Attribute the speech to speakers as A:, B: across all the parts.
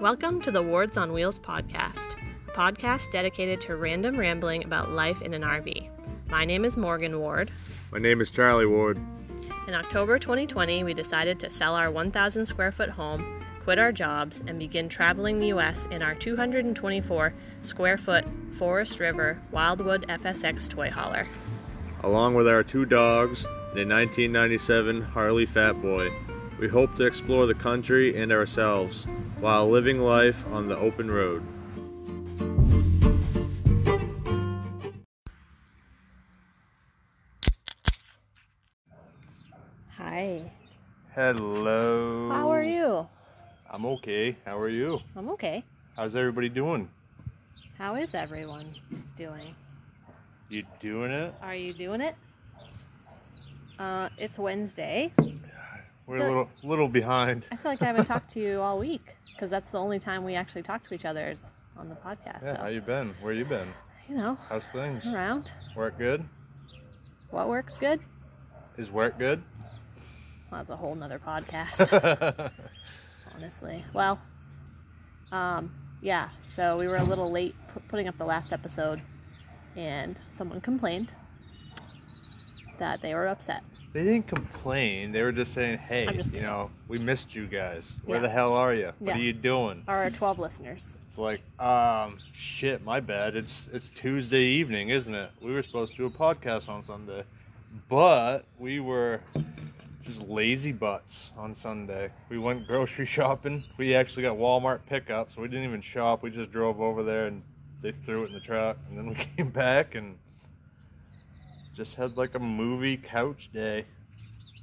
A: Welcome to the Wards on Wheels podcast, a podcast dedicated to random rambling about life in an RV. My name is Morgan Ward.
B: My name is Charlie Ward.
A: In October 2020, we decided to sell our 1,000 square foot home, quit our jobs, and begin traveling the U.S. in our 224 square foot Forest River Wildwood FSX toy hauler.
B: Along with our two dogs and a 1997 Harley Fat Boy, we hope to explore the country and ourselves while living life on the open road.
A: Hi,
B: Hello.
A: how are you?
B: I'm okay. How are you?
A: I'm okay.
B: How's everybody doing?
A: How is everyone doing?
B: You doing it?
A: Are you doing it? Uh, it's Wednesday.
B: We're a little little behind.
A: I feel like I haven't talked to you all week because that's the only time we actually talk to each other is on the podcast.
B: Yeah, how
A: so,
B: you been? Where you been?
A: you know,
B: How's things?
A: around.
B: Work good?
A: What works good?
B: Is work good?
A: Well, that's a whole nother podcast, honestly. Well, um, yeah, so we were a little late p- putting up the last episode and someone complained that they were upset.
B: They didn't complain. They were just saying, "Hey,
A: I'm just
B: you know, we missed you guys. Where
A: Yeah.
B: the hell are you?
A: Yeah.
B: What are you doing?"
A: Our 12 listeners.
B: It's like, um, shit, my bad. It's it's Tuesday evening, isn't it? We were supposed to do a podcast on Sunday, but we were just lazy butts on Sunday. We went grocery shopping. We actually got Walmart pickup, so we didn't even shop. We just drove over there and they threw it in the truck, and then we came back and just had like a movie couch day.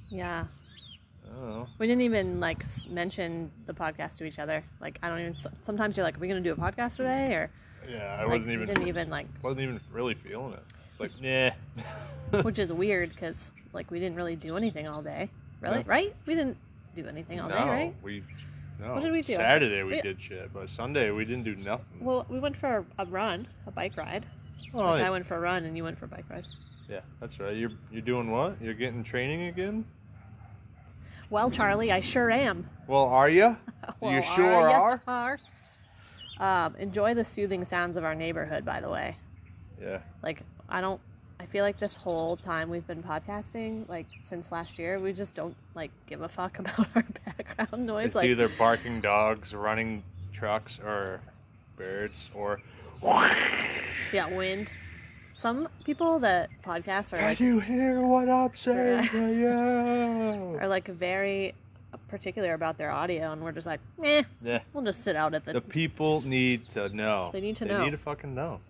A: Yeah.
B: I don't know.
A: We didn't even like s- mention the podcast to each other. Like, I don't even. s- Sometimes you're like, "Are we gonna do a podcast today?" Or
B: Yeah, I
A: like,
B: wasn't
A: we
B: even
A: didn't even like,
B: wasn't even really feeling it. It's like, nah.
A: which is weird because like we didn't really do anything all day, really,
B: No.
A: right? We didn't do anything all day, right?
B: we. No.
A: What did we do?
B: Saturday we
A: We-
B: did shit, but Sunday we didn't do nothing.
A: Well, we went for a, a run, a bike ride.
B: Oh,
A: Like,
B: yeah.
A: I went for a run and you went for a bike ride.
B: yeah, that's right. You're you're doing what? You're getting training again?
A: Well, Charlie, I sure am.
B: Well, are you?
A: Well,
B: you sure
A: ya
B: are.
A: are? Um, enjoy the soothing sounds of our neighborhood, by the way.
B: Yeah.
A: Like, I don't. I feel like this whole time we've been podcasting, like since last year, we just don't like give a fuck about our background noise.
B: It's,
A: like,
B: either barking dogs, running trucks, or birds, or.
A: yeah, wind. Some people that podcast are like
B: Did you hear what I'm saying to you?
A: are like very particular about their audio, and we're just like, eh,
B: Yeah.
A: we'll just sit out at the.
B: The people need to know.
A: They need to
B: they
A: know.
B: need to fucking know.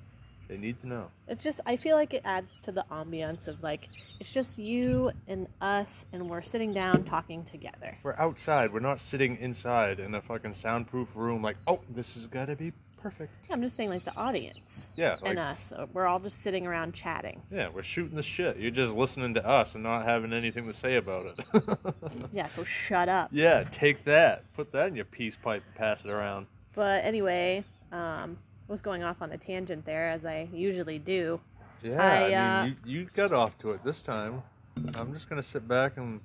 B: They need to know.
A: It just I feel like it adds to the ambiance of like it's just you and us, and we're sitting down talking together.
B: We're outside. We're not sitting inside in a fucking soundproof room. Like, oh, this is gotta be perfect.
A: Yeah, I'm just saying like the audience
B: Yeah, like,
A: and uh, us, we're all just sitting around chatting.
B: yeah, we're shooting the shit. You're just listening to us and not having anything to say about it.
A: Yeah, so shut up.
B: yeah, take that. Put that in your peace pipe and pass it around.
A: But anyway, um, was going off on a tangent there as I usually do.
B: Yeah,
A: I,
B: I,
A: uh,
B: mean, you, you got off to it this time. I'm just gonna sit back and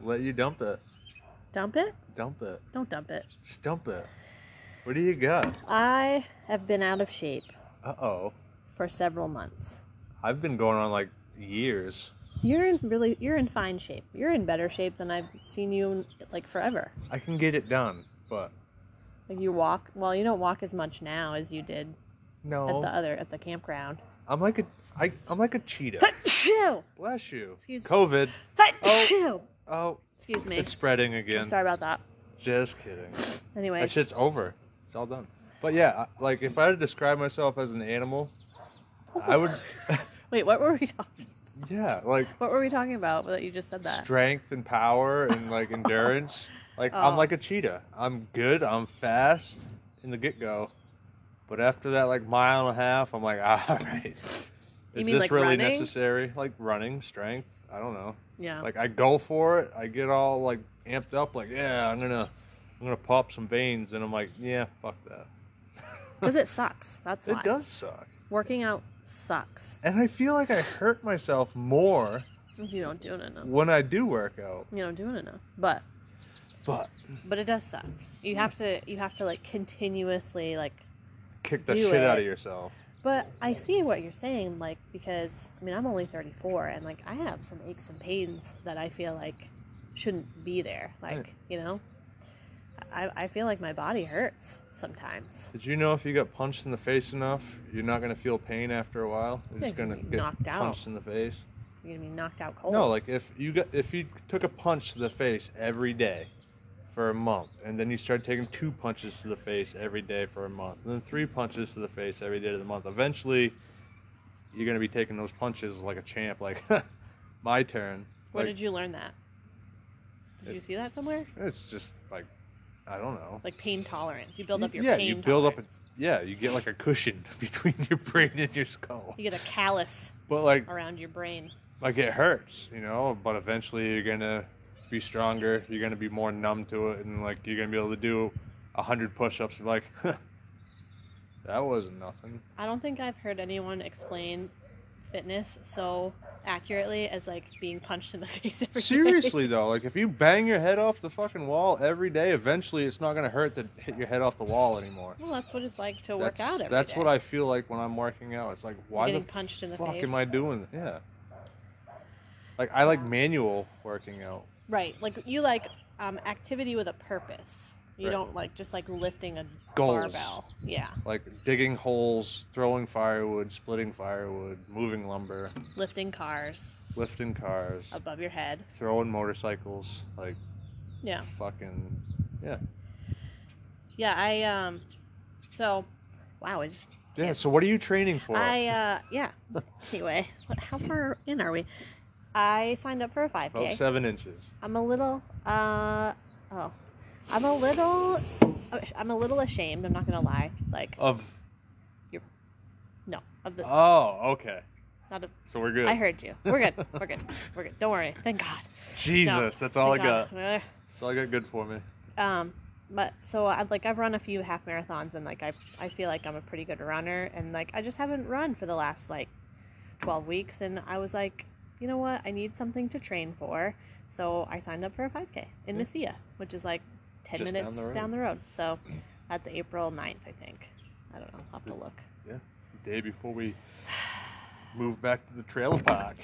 B: let you dump it.
A: Dump it?
B: Dump it.
A: Don't dump it.
B: Just dump it. What do you got?
A: I have been out of shape
B: Uh oh.
A: for several months.
B: I've been going on like years.
A: You're in really you're in fine shape. You're in better shape than I've seen you in, like forever.
B: I can get it done, but
A: Like you walk well, you don't walk as much now as you did
B: no.
A: at the other at the campground.
B: I'm like a I, I'm like a cheetah.
A: Achoo!
B: Bless you.
A: Excuse me.
B: COVID.
A: Achoo!
B: Oh,
A: Excuse me.
B: it's spreading
A: I'm
B: again.
A: sorry about that.
B: Just kidding. That
A: Anyways,
B: shit's over. It's all done. But yeah, I- like if I had to describe myself as an animal, I would.
A: wait, what were we talking?
B: Yeah, like
A: What were we talking about that you just said that?
B: strength and power and like endurance. Like
A: Oh.
B: I'm like a cheetah. I'm good. I'm fast in the get go. But after that, like mile and a half, I'm like, all right.
A: You
B: Is
A: mean,
B: this
A: like,
B: really
A: running?
B: necessary? Like running, strength? I don't know.
A: yeah.
B: like I go for it, I get all like amped up, like yeah, I'm gonna, I'm gonna pop some veins, and I'm like, yeah, fuck that.
A: Because it sucks. That's why.
B: It does suck,
A: Working out sucks
B: and I feel like I hurt myself more
A: if you don't do it enough.
B: when I do work out.
A: You don't do it enough. But
B: But
A: but it does suck. You have to you have to like continuously like.
B: kick the
A: Do
B: shit out
A: it.
B: of yourself.
A: But I see what you're saying, like because I mean I'm only 34 and like I have some aches and pains that I feel like shouldn't be there. Like
B: Right.
A: you know, I I feel like my body hurts sometimes.
B: Did you know if you got punched in the face enough, you're not gonna feel pain after a while? You're just
A: Yeah,
B: gonna
A: you're
B: get
A: knocked out.
B: punched in the face.
A: You're gonna be knocked out cold.
B: No, like if you got if you took a punch to the face every day for a month, and then you started taking two punches to the face every day for a month, and then three punches to the face every day of the month. Eventually, you're gonna be taking those punches like a champ. Like my turn.
A: Where
B: like,
A: did you learn that? Did
B: It-
A: you see that somewhere?
B: It's just like I don't know.
A: Like pain tolerance. You build
B: Y-
A: up your
B: yeah,
A: pain.
B: you build up a-
A: tolerance.
B: Yeah, you get like a cushion between your brain and your skull.
A: You get a callus
B: But like
A: around your brain.
B: like it hurts, you know, but eventually you're gonna be stronger, you're gonna be more numb to it, and like you're gonna be able to do a hundred push-ups. and, Like that wasn't nothing.
A: I don't think I've heard anyone explain fitness so accurately as like being punched in the face every day.
B: Seriously though, like if you bang your head off the fucking wall every day, eventually it's not gonna hurt to hit your head off the wall anymore.
A: Well, that's what it's like to work
B: that's
A: out every
B: that's
A: day.
B: what I feel like when I'm working out. It's like why the
A: getting punched in the
B: fuck
A: face.
B: am I doing? th- Yeah. Like I like manual working out.
A: Right, like you like um, activity with a purpose. You
B: Right.
A: don't like just like lifting a
B: Goals.
A: barbell. Yeah,
B: like digging holes, throwing firewood, splitting firewood, moving lumber,
A: lifting cars
B: lifting cars,
A: above your head.
B: throwing motorcycles, like
A: Yeah.
B: fucking
A: Yeah, I um so wow, I just
B: yeah. So what are you training for?
A: I uh yeah. Anyway, what- how far in are we? I signed up for a 5k.
B: About seven inches.
A: I'm a little uh oh. I'm a little oh, I'm a little ashamed, I'm not going to lie. Like
B: Of
A: no, of the
B: oh, okay.
A: not of,
B: So we're good.
A: I heard you. We're good. We're good. We're good. Don't worry. Thank God.
B: Jesus,
A: No,
B: that's all I
A: Thank
B: got.
A: God.
B: That's all I got good for me.
A: um but so I like I've run a few half marathons and like I I feel like I'm a pretty good runner and like I just haven't run for the last like 12 weeks and I was like, you know what? I need something to train for. So I signed up for a 5k in
B: Yeah.
A: Mesilla, which is like 10
B: Hmm. Just
A: minutes
B: down the road.
A: down the road. So that's April 9th, I think. I don't know. I'll have to look.
B: day before we move back to the trailer park.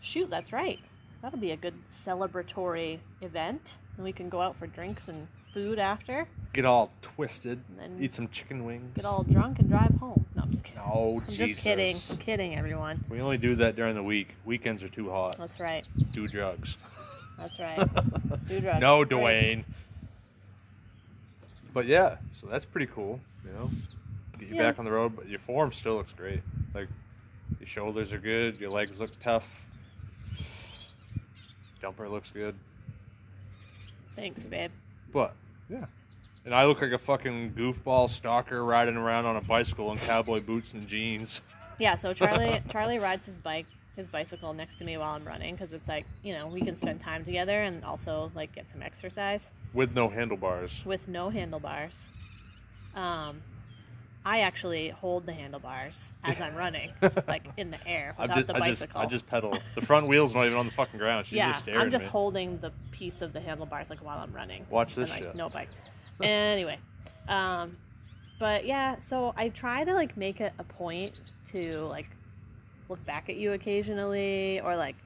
A: Shoot, that's right. That'll be a good celebratory event. And we can go out for drinks and food after
B: Get all twisted.
A: and then
B: Eat some chicken wings.
A: get all drunk and drive home. No, I'm just kidding.
B: No,
A: I'm
B: Jesus.
A: just kidding. I'm kidding, everyone.
B: We only do that during the week. Weekends are too hot.
A: That's right.
B: Do drugs.
A: That's right. Do drugs.
B: No,
A: Great.
B: Dwayne. But yeah, so that's pretty cool. You know, get you
A: Yeah.
B: back on the road, but your form still looks great. Like your shoulders are good, your legs look tough. Jumper looks good,
A: Thanks, babe.
B: but yeah. And I look like a fucking goofball stalker riding around on a bicycle in cowboy boots and jeans.
A: Yeah, so Charlie Charlie rides his bike his bicycle next to me while I'm running because it's like you know we can spend time together and also like get some exercise
B: with no handlebars.
A: with no handlebars. Um, I actually hold the handlebars as I'm running, like in the air
B: I
A: without
B: just,
A: the
B: I just,
A: bicycle.
B: I just pedal. The front wheel's not even on the fucking ground. She's
A: yeah,
B: just staring
A: I'm just
B: at me.
A: holding the piece of the handlebars like while I'm running.
B: Watch
A: and,
B: this
A: like,
B: shit.
A: No bike. anyway, um, but yeah, so I try to like make it a point to like look back at you occasionally or like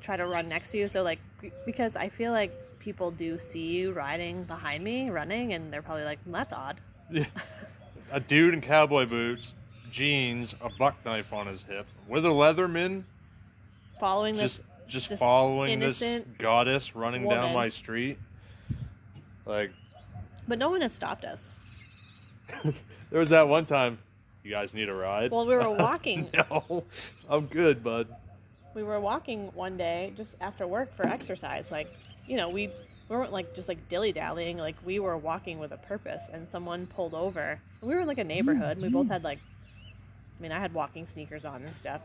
A: try to run next to you. So like be- because I feel like people do see you riding behind me running, and they're probably like, "Mm, "That's odd."
B: a dude in cowboy boots, jeans, a buck knife on his hip, with a Leatherman,
A: Following this,
B: just just
A: this
B: following this
A: innocent
B: goddess running down
A: woman.
B: my street. Like
A: but no one has stopped us.
B: there was that one time, you guys need a ride.
A: Well, we were walking.
B: no, I'm good, bud.
A: we were walking one day just after work for exercise like you know we we weren't like just like dilly-dallying like we were walking with a purpose and someone pulled over we were in like a neighborhood and we both had like i mean i had walking sneakers on and stuff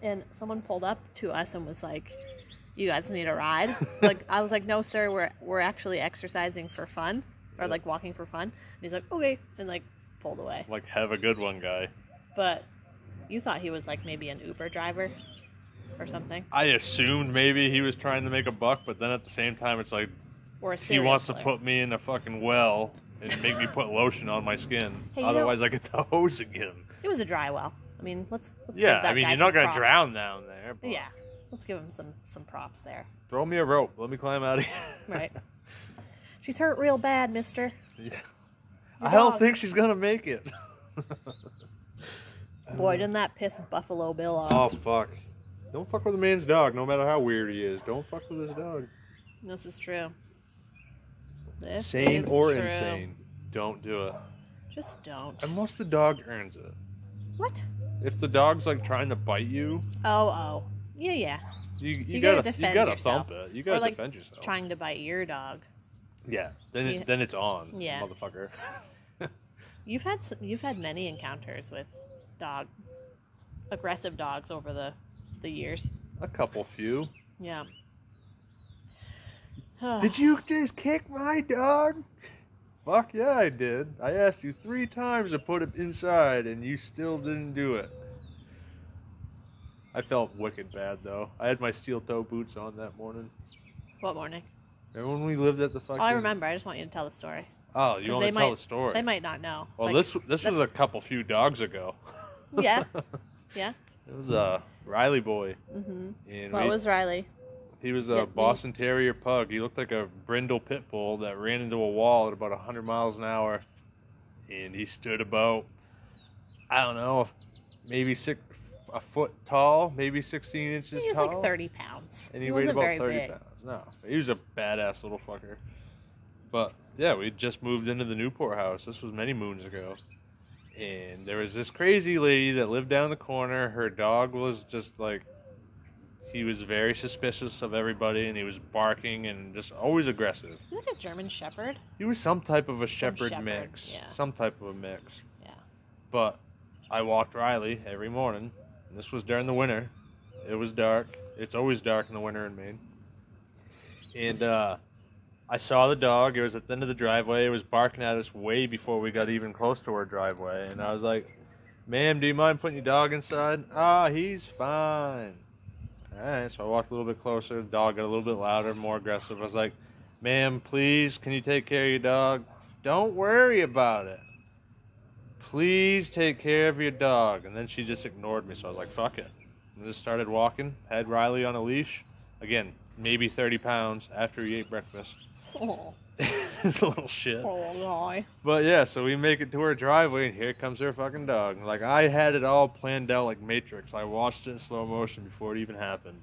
A: and someone pulled up to us and was like you guys need a ride like i was like no sir we're we're actually exercising for fun or like walking for fun and he's like okay and like pulled away
B: Like have a good one, guy.
A: but you thought he was like maybe an uber driver or something
B: I assumed maybe he was trying to make a buck, but then at the same time, it's like,
A: Or a
B: She
A: serial
B: wants to
A: killer.
B: put me in a fucking well and make me put lotion on my skin.
A: Hey, you know-
B: Otherwise, I get the hose again.
A: It was a dry well. I mean, let's. let's
B: Yeah,
A: give that
B: I mean,
A: guy some
B: you're not gonna
A: props.
B: drown down there. But
A: Yeah, let's give him some some props there.
B: Throw me a rope. Let me climb out of here.
A: Right. She's hurt real bad, Mister.
B: Yeah.
A: Your
B: I don't
A: dog.
B: think she's gonna make it.
A: Boy, didn't that piss Buffalo Bill off?
B: Oh fuck! Don't fuck with a man's dog, no matter how weird he is. Don't fuck with his dog.
A: This is true. This
B: Sane
A: is
B: or
A: true.
B: insane, don't do it
A: Just don't.
B: unless the dog earns it.
A: What?
B: If the dog's like trying to bite you,
A: Oh, oh. Yeah, yeah.
B: you you,
A: You gotta
B: gotta, you
A: defend
B: gotta
A: yourself.
B: thump it. You gotta
A: like,
B: defend yourself.
A: Trying to bite your dog.
B: yeah. Then it,
A: Yeah.
B: then it's on.
A: Yeah.
B: Motherfucker.
A: You've had s you've had many encounters with dog aggressive dogs over the the years.
B: A couple few.
A: Yeah.
B: Did you just kick my dog? Fuck yeah, I did. I asked you three times to put it inside, and you still didn't do it. I felt wicked bad though. I had my steel toe boots on that morning.
A: what morning?
B: Remember when we lived at the fucking?
A: Oh, I remember. I just want you to tell the story.
B: Oh, you
A: 'Cause
B: want
A: they
B: to tell
A: might-
B: the story?
A: They might not know.
B: well,
A: Like,
B: this this was a couple few dogs ago.
A: Yeah. Yeah.
B: It was uh, Riley boy,
A: hmm
B: and
A: Well,
B: we-
A: it was Riley.
B: he was
A: yeah,
B: a
A: we-
B: Boston Terrier pug. He looked like a brindle pit bull that ran into a wall at about hundred miles an hour, and he stood about I don't know, maybe six a foot tall, maybe sixteen inches
A: He was
B: tall.
A: like 30 pounds.
B: and he,
A: he
B: weighed
A: wasn't
B: about
A: very
B: 30
A: big.
B: pounds. No, he was a badass little fucker. But yeah, we had just moved into the Newport house. This was many moons ago. And there was this crazy lady that lived down the corner. Her dog was just like, he was very suspicious of everybody and he was barking and just always aggressive.
A: Is he like a German Shepherd?
B: He was some type of a shepherd,
A: shepherd,
B: mix.
A: yeah.
B: Some type of a mix.
A: Yeah.
B: But I walked Riley every morning. And this was during the winter. It was dark. It's always dark in the winter in Maine. And uh, I saw the dog. It was at the end of the driveway. It was barking at us way before we got even close to our driveway. And I was like, ma'am, do you mind putting your dog inside? Ah, he's fine. All right, so I walked a little bit closer. The dog got a little bit louder, more aggressive. I was like, ma'am, please, can you take care of your dog? Don't worry about it. Please take care of your dog. And then she just ignored me, so I was like, fuck it. And just started walking, had Riley on a leash. Again, maybe 30 pounds after he ate breakfast.
A: Oh,
B: Little shit.
A: oh boy.
B: But yeah, so we make it to her driveway, and here comes her fucking dog. Like I had it all planned out, like Matrix. I watched it in slow motion before it even happened,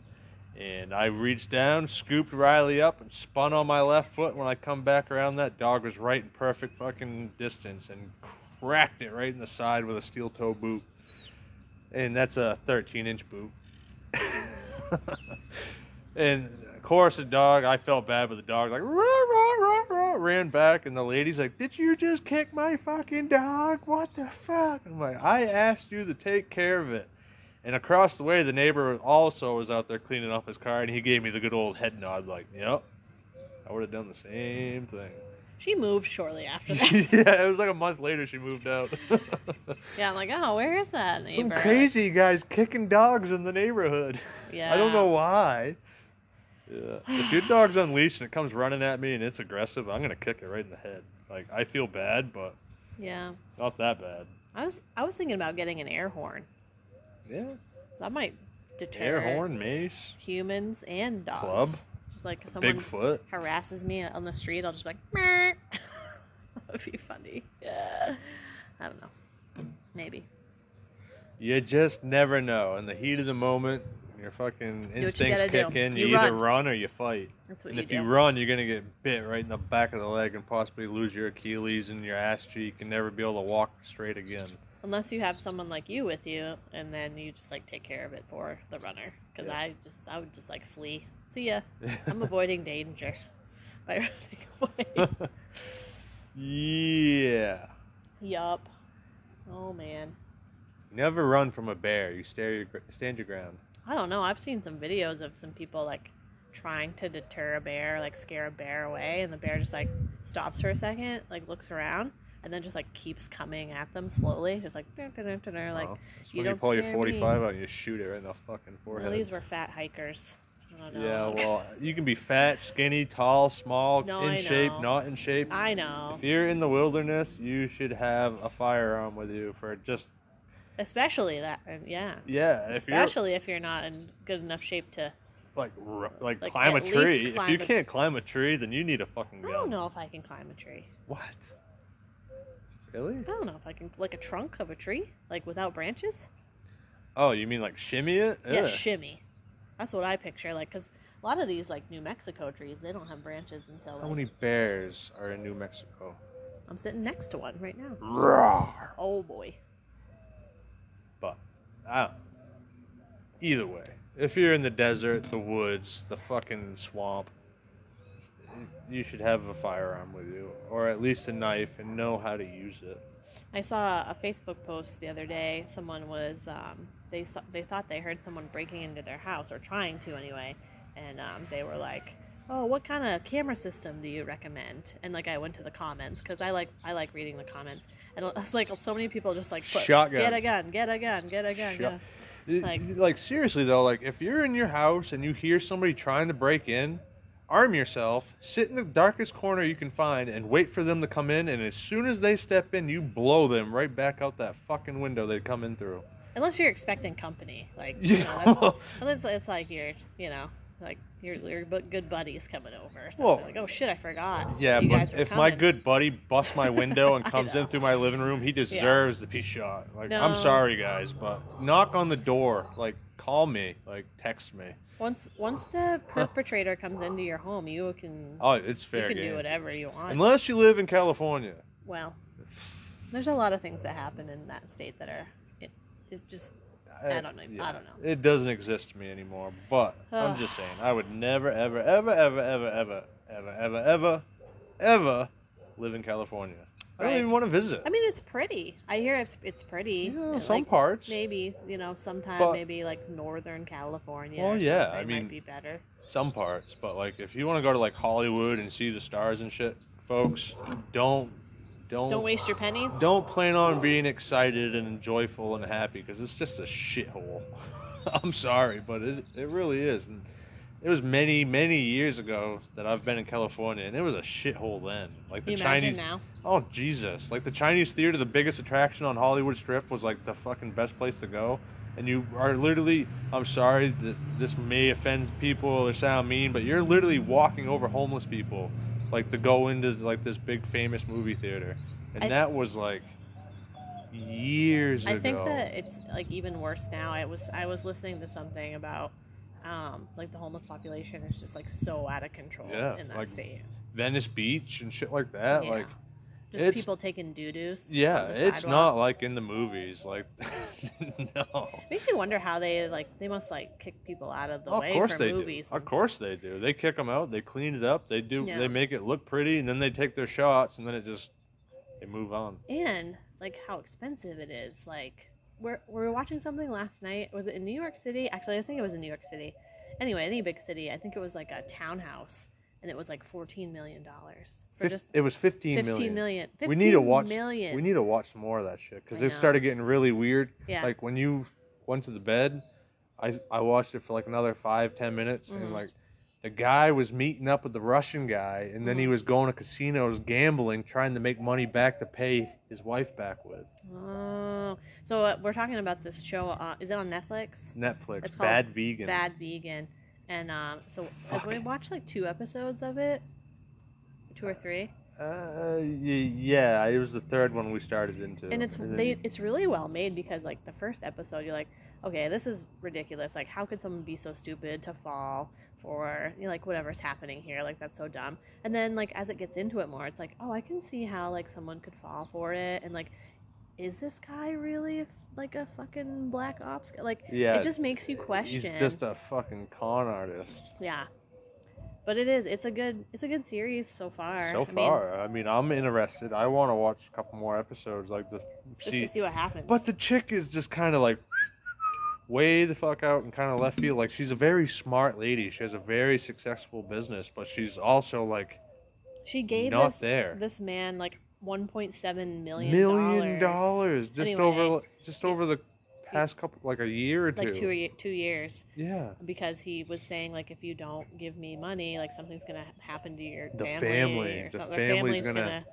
B: and I reached down, scooped Riley up, and spun on my left foot. When I come back around, that dog was right in perfect fucking distance and cracked it right in the side with a steel toe boot, and that's a 13 inch boot. and of course, the dog, I felt bad, but the dog like rah, rah, rah, rah, ran back, and the lady's like, "Did you just kick my fucking dog? What the fuck?" I'm like, "I asked you to take care of it." And across the way, the neighbor also was out there cleaning off his car, and he gave me the good old head nod, like, "Yep, I would have done the same thing."
A: She moved shortly after that.
B: yeah, it was like a month later she moved out.
A: yeah, I'm like, oh, where is that
B: Some
A: neighbor?
B: crazy guys kicking dogs in the neighborhood.
A: Yeah.
B: I don't know why. Yeah. If your dog's unleashed and it comes running at me and it's aggressive, I'm gonna kick it right in the head. Like I feel bad, but
A: Yeah.
B: not that bad.
A: I was I was thinking about getting an air horn.
B: Yeah.
A: That might deter
B: Air horn, mace,
A: humans and dogs.
B: Club?
A: Just like if someone
B: Bigfoot.
A: harasses me on the street, I'll just be like, "Meow." that'd be funny. Yeah. I don't know. Maybe.
B: You just never know. In the heat of the moment, your fucking
A: you
B: instincts
A: gotta do.
B: kick in. You,
A: You
B: either
A: run.
B: run or you fight.
A: That's what
B: And
A: you
B: if
A: do.
B: you run, you're gonna get bit right in the back of the leg and possibly lose your Achilles and your ass cheek and never be able to walk straight again.
A: Unless you have someone like you with you, and then you just like take care of it for the runner. Because
B: Yeah.
A: I just I would just like flee. See ya. I'm avoiding danger by running away.
B: yeah.
A: yup. Oh man.
B: Never run from a bear. You stare your, gr- stand your ground.
A: I don't know. I've seen some videos of some people like trying to deter a bear, like scare a bear away, and the bear just like stops for a second, like looks around, and then just like keeps coming at them slowly, just like dun, dun, dun, dun, dun, like
B: Well, that's
A: you
B: when you
A: don't
B: pull your
A: scare me.
B: 45 out and you shoot it right in the fucking
A: well,
B: forehead.
A: these were fat hikers. I don't know.
B: Yeah, well, you can be fat, skinny, tall, small,
A: No,
B: in
A: I
B: shape,
A: know.
B: not in shape.
A: I know.
B: If you're in the wilderness, you should have a firearm with you for just
A: Especially that, and yeah.
B: yeah. If you're
A: Especially if you're not in good enough shape to.
B: like r- like,
A: Like,
B: climb a
A: at least
B: tree, if
A: climb
B: you
A: a-
B: can't climb a tree, then you need a fucking
A: I
B: gun.
A: don't know if I can climb a tree.
B: What? Really?
A: I don't know if I can like a trunk of a tree, like without branches.
B: Oh, you mean like shimmy it?
A: Yeah,
B: Ugh.
A: shimmy. That's what I picture. Like, cause a lot of these like New Mexico trees, they don't have branches until.
B: How
A: Like,
B: many bears are in New Mexico?
A: I'm sitting next to one right now.
B: Rawr.
A: Oh boy.
B: But I don't. Either way, if you're in the desert, the woods, the fucking swamp, you should have a firearm with you, or at least a knife, and know how to use it.
A: I saw a Facebook post the other day. Someone was um, they saw, they thought they heard someone breaking into their house or trying to anyway, and um, they were like, "Oh, what kind of camera system do you recommend?" And like I went to the comments because I like I like reading the comments, and it's like so many people just like put,
B: Shotgun.
A: get a gun, get a gun, get a gun.
B: Shot-
A: get a-"
B: Like,
A: Like-
B: seriously though, like if you're in your house and you hear somebody trying to break in, arm yourself, sit in the darkest corner you can find, and wait for them to come in. And as soon as they step in, you blow them right back out that fucking window they come in through.
A: Unless you're expecting company, like you know,
B: Yeah.
A: that's what, unless it's like you're you know like your your bu- good buddies coming over. Or something.
B: Well-
A: like oh shit, I forgot.
B: Yeah,
A: you guys
B: but
A: were
B: if my
A: coming."
B: good buddy busts my window and
A: I
B: comes in
A: know.
B: through my living room, he deserves to be shot. Like,
A: No.
B: I'm sorry, guys, but knock on the door. Like, call me. Like, text me.
A: Once once the perpetrator comes into your home, you can
B: Oh, it's
A: you
B: fair
A: can do
B: game.
A: whatever you want.
B: Unless you live in California.
A: well, there's a lot of things that happen in that state that are it, it just I don't know. I don't know.
B: It doesn't exist to me anymore. But I'm
A: Ugh.
B: just saying, I would never, ever, ever, ever, ever, ever, ever, ever, ever, ever live in California. I
A: Right.
B: don't even want to visit.
A: I mean it's pretty. I hear it's it's pretty.
B: Yeah,
A: Like,
B: some parts.
A: Maybe you know sometime
B: But-
A: maybe like northern California.
B: Well,
A: or
B: yeah, I
A: something
B: mean-
A: might be better.
B: some parts, but like if you want to go to like Hollywood and see the stars and shit, folks, don't don't
A: Don't waste your pennies.
B: don't plan on being excited and joyful and happy because it's just a shithole. I'm sorry, but it it really is. And it was many many years ago that I've been in California, and it was a shithole then. Like the
A: you imagine
B: Chinese,
A: now.
B: oh Jesus! Like the Chinese theater, the biggest attraction on Hollywood Strip was like the fucking best place to go. And you are literally, I'm sorry, th- this may offend people or sound mean, but you're literally walking over homeless people, like to go into like this big famous movie theater, and
A: I-
B: that was like years
A: I
B: ago.
A: think that it's like even worse now. I was I was listening to something about um, like the homeless population is just like so out of control
B: Yeah,
A: in that
B: like,
A: state.
B: Venice Beach and shit like that,
A: Yeah.
B: like
A: just
B: it's-
A: people taking doo doos.
B: yeah, it's not like in the movies, like no.
A: Makes me wonder how they like. They must like kick people out of the
B: Oh, of
A: way
B: course
A: for
B: they
A: movies.
B: do. Of
A: and-
B: course they do. They kick them out. They clean it up. They do.
A: Yeah.
B: They make it look pretty, and then they take their shots, and then it just they move on.
A: And like how expensive it is. Like we're we were watching something last night. Was it in New York City? Actually, I think it was in New York City. Anyway, any big city. I think it was like a townhouse, and it was like fourteen million dollars for
B: Fif-
A: just
B: it was 15
A: fifteen
B: million.
A: million.
B: we need to
A: 15
B: watch.
A: million.
B: We need to watch some more of that shit because
A: I
B: they
A: know.
B: started getting really weird.
A: yeah.
B: Like when you went to the bed, I I watched it for like another five ten minutes,
A: Mhm.
B: and like the guy was meeting up with the Russian guy, and
A: Mm-hmm.
B: then he was going to casinos gambling, trying to make money back to pay his wife back with
A: oh, so uh, we're talking about this show. Uh, is it on Netflix?
B: Netflix.
A: It's called
B: Bad vegan.
A: Bad vegan. And um, so
B: Fuck.
A: we watched like two episodes of it, two or three,
B: Uh, y- yeah, it was the third one we started into.
A: and it's
B: then-
A: they it's really well made because like the first episode you're like, okay, this is ridiculous. Like, how could someone be so stupid to fall for you know, like whatever's happening here? Like that's so dumb. And then like as it gets into it more, it's like, oh, I can see how like someone could fall for it, and like, is this guy really like a fucking black ops? guy? Like,
B: yeah,
A: it just makes you question.
B: He's just a fucking con artist.
A: Yeah. But it is. It's a good. It's a good series so far.
B: So far, I mean, I'm interested. I want to watch a couple more episodes, like the
A: just
B: see.
A: to see what happens.
B: But the chick is just kind of like way the fuck out and kind of left field. Like she's a very smart lady. She has a very successful business, but she's also like
A: she gave
B: not
A: this,
B: there.
A: this man like 1.7 million
B: Million dollars just
A: Anyway,
B: over just
A: it-
B: over the past couple, like a year or two.
A: like two ye- two years
B: Yeah.
A: because he was saying like if you don't give me money like something's gonna happen to your
B: The
A: family,
B: family.
A: or
B: The
A: something.
B: family's
A: family's
B: gonna-
A: gonna,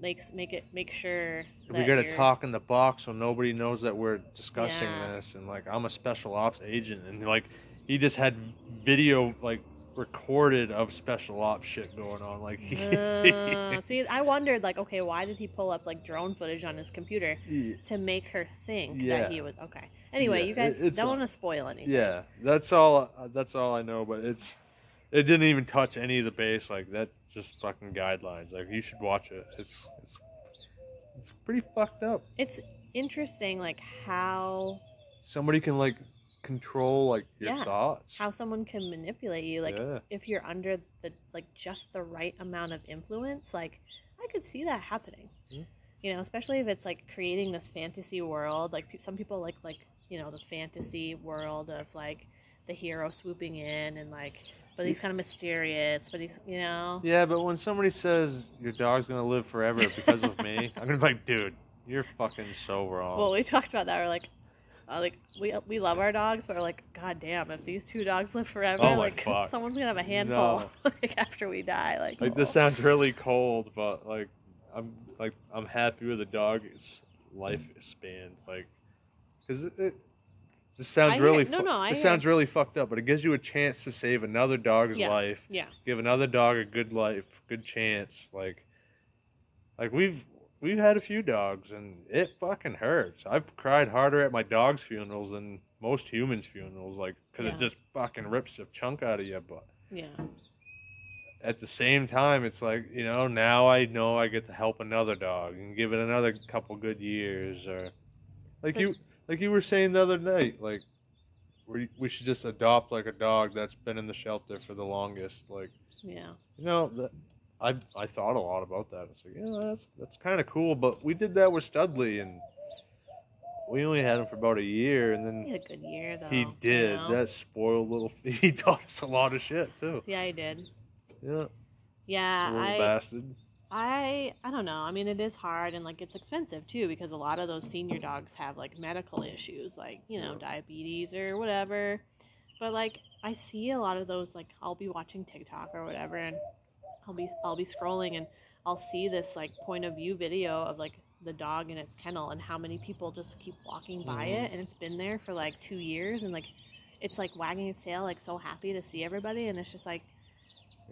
A: like s make it make sure
B: we
A: that
B: got to
A: you're-
B: talk in the box so nobody knows that we're discussing
A: Yeah.
B: this and like i'm a special ops agent and like he just had video like recorded of special ops shit going on like
A: Uh, see, I wondered, like, okay, why did he pull up like drone footage on his computer to make her think
B: Yeah.
A: that he was okay? Anyway,
B: Yeah,
A: you guys
B: it- it's
A: don't
B: a-
A: want to spoil anything.
B: yeah that's all uh, that's all i know but it's it didn't even touch any of the base like that's just fucking guidelines like you should watch it it's it's it's pretty fucked up
A: It's interesting, like how
B: somebody can like control like your
A: Yeah.
B: thoughts
A: how someone can manipulate you, like
B: yeah.
A: if you're under the like just the right amount of influence, like I could see that happening.
B: Mhm.
A: You know, especially if it's like creating this fantasy world. Like pe- some people like like you know the fantasy world of like the hero swooping in and like, but he's kind of mysterious. But he's you know
B: Yeah, but when somebody says your dog's gonna live forever because of me, I'm gonna be like, dude, you're fucking so wrong.
A: Well, we talked about that. We're like, uh, like we we love our dogs, but we're like, god damn, if these two dogs live forever,
B: Oh my
A: like
B: fuck.
A: someone's gonna have a handful
B: No.
A: like after we die. Like,
B: like this
A: oh.
B: sounds really cold, but like, I'm like I'm happy with the dog's lifespan. Like, cause it. it this sounds
A: I hear-
B: really
A: no,
B: fu-
A: no, I
B: this
A: hear-
B: sounds really fucked up, but it gives you a chance to save another dog's
A: Yeah.
B: life,
A: Yeah,
B: give another dog a good life, good chance. Like, like we've we've had a few dogs, and it fucking hurts. I've cried harder at my dog's funerals than most humans' funerals, like because
A: Yeah.
B: it just fucking rips a chunk out of you. But
A: yeah,
B: at the same time, it's like you know now I know I get to help another dog and give it another couple good years, or like
A: But-
B: you like you were saying the other night, like. We, we should just adopt like a dog that's been in the shelter for the longest like
A: yeah.
B: you know, that, I I thought a lot about that. It's like, yeah, that's that's kind of cool. But we did that with Studley, and we only had him for about a year, and
A: He
B: then
A: had a good year though.
B: he
A: you
B: did
A: know?
B: that spoiled little. He taught us a lot of shit too.
A: Yeah, he did.
B: Yeah,
A: Yeah,
B: little
A: I,
B: bastard.
A: I, I don't know. I mean, it is hard and like it's expensive too because a lot of those senior dogs have like medical issues, like you know,
B: Yeah.
A: diabetes or whatever. But like, I see a lot of those. Like, I'll be watching TikTok or whatever, and I'll be, I'll be scrolling, and I'll see this like point of view video of like the dog in its kennel and how many people just keep walking by
B: Mhm.
A: it, and it's been there for like two years, and like, it's like wagging its tail, like so happy to see everybody, and it's just like.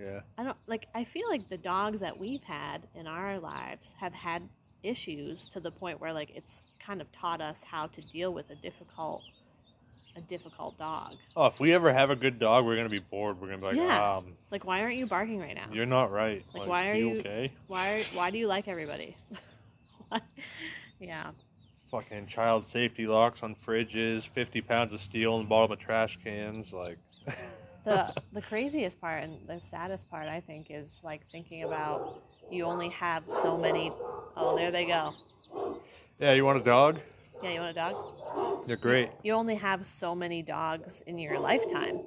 B: Yeah,
A: I don't like. I feel like the dogs that we've had in our lives have had issues to the point where like it's kind of taught us how to deal with a difficult, a difficult dog.
B: Oh, if we ever have a good dog, we're gonna be bored. We're gonna be like,
A: Yeah.
B: um,
A: Like, why aren't you barking right now?
B: you're not right.
A: Like, why are you-
B: okay?
A: Why? Why do you like everybody? yeah,
B: Fucking child safety locks on fridges, fifty pounds of steel in the bottom of trash cans, like.
A: the the craziest part and the saddest part I think is like thinking about you only have so many. Oh, there they go.
B: Yeah, you want a dog?
A: Yeah, you want a dog?
B: They're great.
A: You only have so many dogs in your lifetime.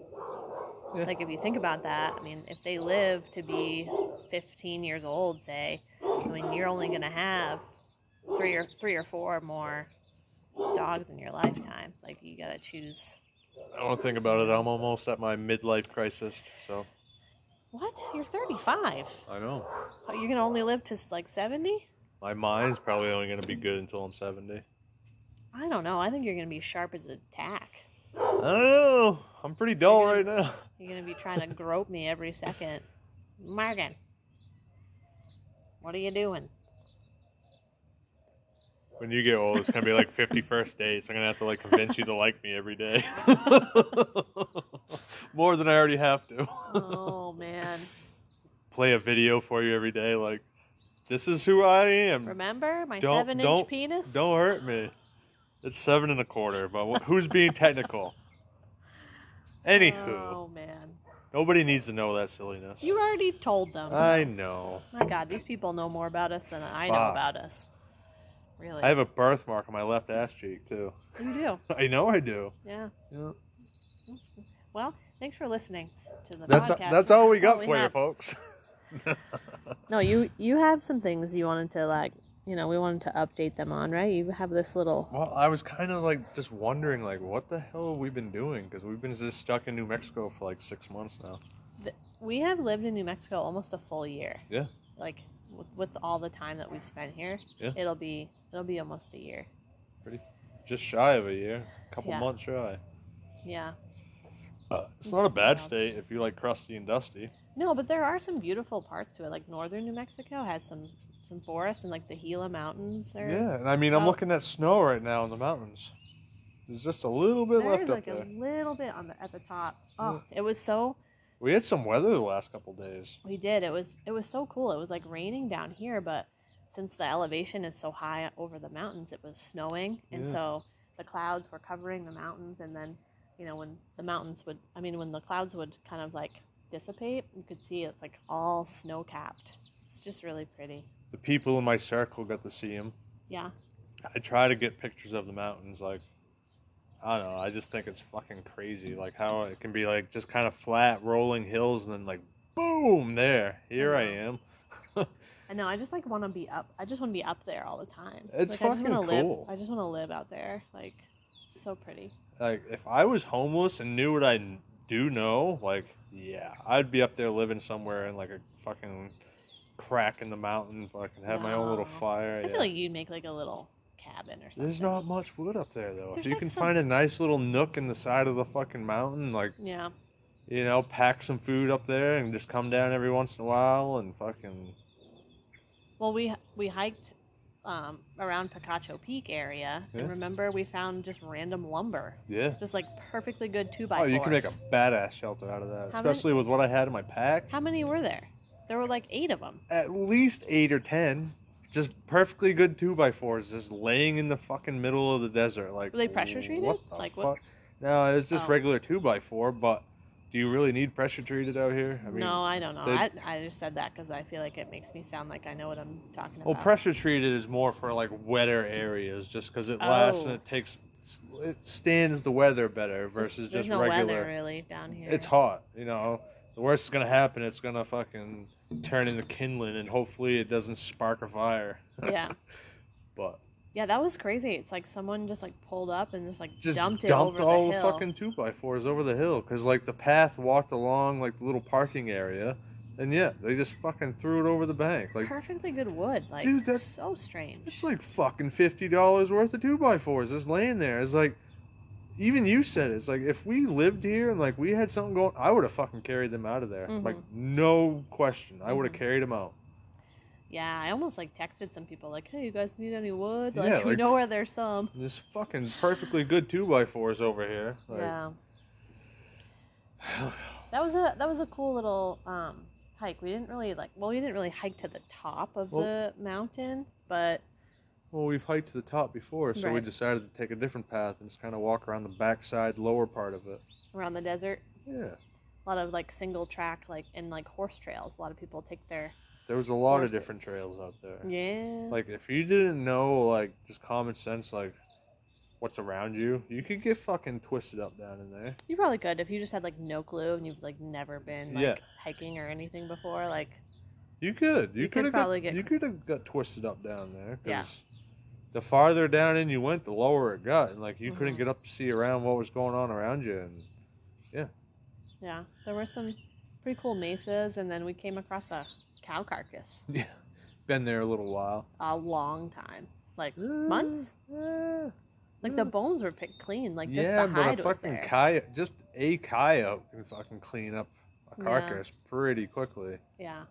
B: Yeah.
A: Like if you think about that, I mean, if they live to be 15 years old, say, I mean, you're only gonna have three or three or four more dogs in your lifetime. Like you gotta choose.
B: I don't think about it. I'm almost at my midlife crisis, so
A: What? You're 35.
B: I know
A: But You're gonna only live to like 70?
B: my mind's probably only going to be good until I'm 70.
A: I don't know. I think you're gonna be sharp as a tack.
B: I don't know. I'm pretty dull right now.
A: You're gonna be trying to grope me every second. Morgan, what are you doing?
B: When you get old, it's going to be like 50 first dates. I'm going to have to like convince you to like me every day, more than I already have to.
A: Oh man.
B: Play a video for you every day, like this is who I am.
A: Remember my
B: Don't-
A: 7
B: don't-
A: inch penis?
B: Don't hurt me. It's seven and a quarter, but wh- who's being technical? Anywho.
A: Oh man.
B: Nobody needs to know that silliness.
A: You already told them. Oh,
B: I know.
A: My God, these people know more about us than I know
B: Fuck.
A: about us. Really,
B: I have a birthmark on my left ass cheek too.
A: you do.
B: I know I do.
A: Yeah.
B: Yeah.
A: That's- Well, thanks for listening to the
B: That's
A: podcast.
B: that's all we
A: That's all
B: got
A: we
B: for you,
A: have.
B: folks.
A: No, you you have some things you wanted to like you know we wanted to update them on, right? You have this little
B: Well, I was kind of like just wondering, like, what the hell have we been doing? Because we've been just stuck in New Mexico for like six months now.
A: we have lived in New Mexico almost a full year.
B: Yeah.
A: Like with, with all the time that we spent here,
B: Yeah.
A: it'll be it'll be almost a year.
B: Just shy of a year, a couple
A: Yeah.
B: months shy.
A: Yeah.
B: Uh, it's not a bad
A: wild.
B: state if you like crusty and dusty.
A: No, but there are some beautiful parts to it. Like northern New Mexico has some some forests and like the Gila Mountains are
B: Yeah, and I mean, I'm
A: Well-
B: looking at snow right now in the mountains. There's just a little bit
A: there's
B: left up
A: like
B: there.
A: a little bit on the at the top. Oh, it was so
B: We had some weather the last couple days.
A: we did. It was it was so cool. It was like raining down here, but since the elevation is so high over the mountains, it was snowing, and
B: Yeah.
A: so the clouds were covering the mountains. And then, you know, when the mountains would, I mean, when the clouds would kind of like dissipate, you could see it's like all snow capped. It's just really pretty.
B: The people in my circle got to see them.
A: Yeah,
B: I try to get pictures of the mountains. Like, I don't know. I just think it's fucking crazy. Like how it can be like just kind of flat, rolling hills, and then like boom, there, here I
A: know.
B: am.
A: I know. I just like want to be up. I just want to be up there all the time.
B: It's
A: like, I just wanna
B: fucking cool.
A: Live, I just want to live out there. Like, so pretty.
B: Like if I was homeless and knew what I n- do know, like yeah, I'd be up there living somewhere in like a fucking crack in the mountain, fucking have my own little
A: No.
B: fire.
A: I
B: yeah.
A: feel like you'd make like a little cabin or something.
B: There's not much wood up there though. if
A: There's,
B: you
A: like,
B: can
A: some-
B: find a nice little nook in the side of the fucking mountain, like
A: Yeah.
B: you know, pack some food up there and just come down every once in a while and fucking
A: Well, we we hiked um, around Picacho Peak area,
B: Yeah.
A: and remember we found just random lumber,
B: yeah.
A: just like perfectly good two by
B: Oh,
A: fours.
B: you can make a badass shelter out of that,
A: How many-
B: especially with what I had in my pack.
A: How many were there? There were like eight of them.
B: At least eight or ten, just perfectly good two by fours, just laying in the fucking middle of the desert. Like
A: Were they pressure treated?
B: What the
A: Like,
B: fuck?
A: what-
B: No, it was just
A: Oh.
B: regular two by four. But do you really need pressure treated out here? I mean,
A: no, I don't know.
B: they-
A: I, I just said that because I feel like it makes me sound like I know what I'm talking about.
B: Well, pressure treated is more for like wetter areas, just because it lasts and
A: Oh.
B: it takes, it stands the weather better versus
A: There's- There's
B: just
A: no
B: regular.
A: weather really down here.
B: It's hot, you know. The worst is gonna happen. It's gonna fucking turn into kindling, and hopefully it doesn't spark a fire.
A: Yeah,
B: But
A: yeah, that was crazy. It's like someone just like pulled up and just like
B: just
A: dumped
B: dumped,
A: it over
B: all
A: the
B: the,
A: hill.
B: fucking two by fours over the hill, cause like the path walked along like the little parking area, and yeah, they just fucking threw it over the bank. Like
A: perfectly good wood. Like
B: Dude, that's-
A: so strange.
B: It's like fucking fifty dollars worth of two by fours just laying there. It's like even you said it. it's like if we lived here and like we had something going, I would have fucking carried them out of there.
A: Mhm.
B: Like no question, I would have
A: Mhm.
B: carried them out.
A: Yeah, I almost like texted some people like, "Hey, you guys need any wood?
B: Yeah,
A: Like, we
B: like-
A: know where there's some."
B: This fucking perfectly good two by fours over here. Like,
A: yeah, that was a that was a cool little um, hike. We didn't really like, well, we didn't really hike to the top of
B: Well-
A: the mountain, but
B: Well, we've hiked to the top before, so we
A: Right.
B: decided to take a different path and just kind of walk around the backside lower part of it.
A: around the desert,
B: Yeah,
A: a lot of like single track, like and like horse trails. A lot of people take their
B: there was a lot
A: Horses.
B: of different trails out there.
A: yeah,
B: Like if you didn't know like just common sense like what's around you, you could get fucking twisted up down in there.
A: you probably could if you just had like no clue and you've like never been like
B: Yeah.
A: hiking or anything before. Like,
B: You could. You,
A: You could
B: could
A: probably
B: got,
A: get-
B: You could have got twisted up down there.
A: Yeah.
B: 'cause The farther down in you went, the lower it got, and like you couldn't
A: Mhm.
B: get up to see around what was going on around you. And
A: yeah, there were some pretty cool mesas, and then we came across a cow carcass.
B: been there a little while.
A: a long time, like months.
B: Yeah.
A: Like the bones were picked clean, like just
B: Uh, yeah,
A: the
B: but
A: hide
B: a
A: was
B: fucking
A: there.
B: coyote, just a coyote can fucking clean up a
A: Yeah.
B: carcass pretty quickly.
A: yeah,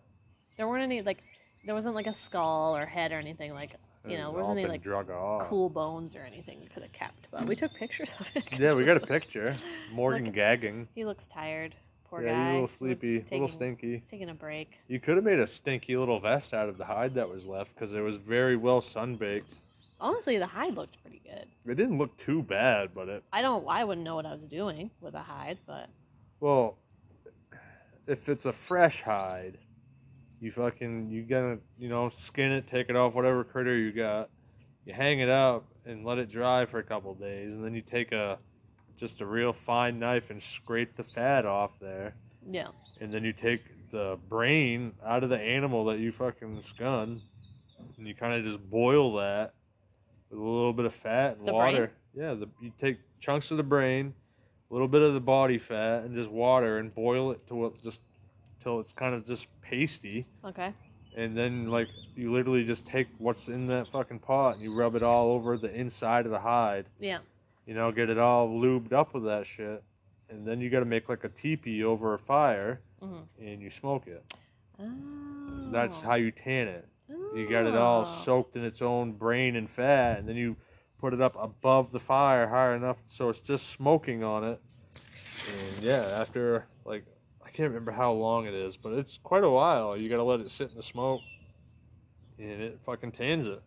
A: there weren't any like, there wasn't like a skull or head or anything like You
B: It
A: know,
B: was
A: wasn't
B: all
A: he,
B: been
A: like,
B: drug off.
A: cool bones or anything we could have kept. But we took pictures of it. 'cause
B: Yeah, we
A: it
B: got a
A: was, like-
B: picture. Morgan
A: Like-
B: gagging.
A: He looks tired. Poor
B: yeah,
A: guy.
B: he's a little
A: He was
B: sleepy, a little
A: taking-
B: stinky.
A: he's Taking a break.
B: You could have made a stinky little vest out of the hide that was left because it was very well sunbaked.
A: Honestly, the hide looked pretty good.
B: It didn't look too bad, but it
A: I don't. I wouldn't know what I was doing with a hide, but
B: well, if it's a fresh hide, you fucking you gotta you know skin it, take it off, whatever critter you got, you hang it up and let it dry for a couple days, and then you take a just a real fine knife and scrape the fat off there.
A: yeah,
B: and then you take the brain out of the animal that you fucking scun, and and you kind of just boil that with a little bit of fat and
A: The brain?
B: water. Yeah, the, you take chunks of the brain, a little bit of the body fat, and just water, and boil it to just till it's kind of just pasty.
A: Okay.
B: And then like you literally just take what's in that fucking pot and you rub it all over the inside of the hide.
A: Yeah.
B: You know, get it all lubed up with that shit. And then you got to make like a teepee over a fire
A: Mhm.
B: and you smoke it.
A: Oh.
B: That's how you tan it. You got it all
A: Oh.
B: soaked in its own brain and fat, and then you put it up above the fire high enough so it's just smoking on it. And yeah, after like I can't remember how long it is, but it's quite a while. You gotta let it sit in the smoke, and it fucking tans it.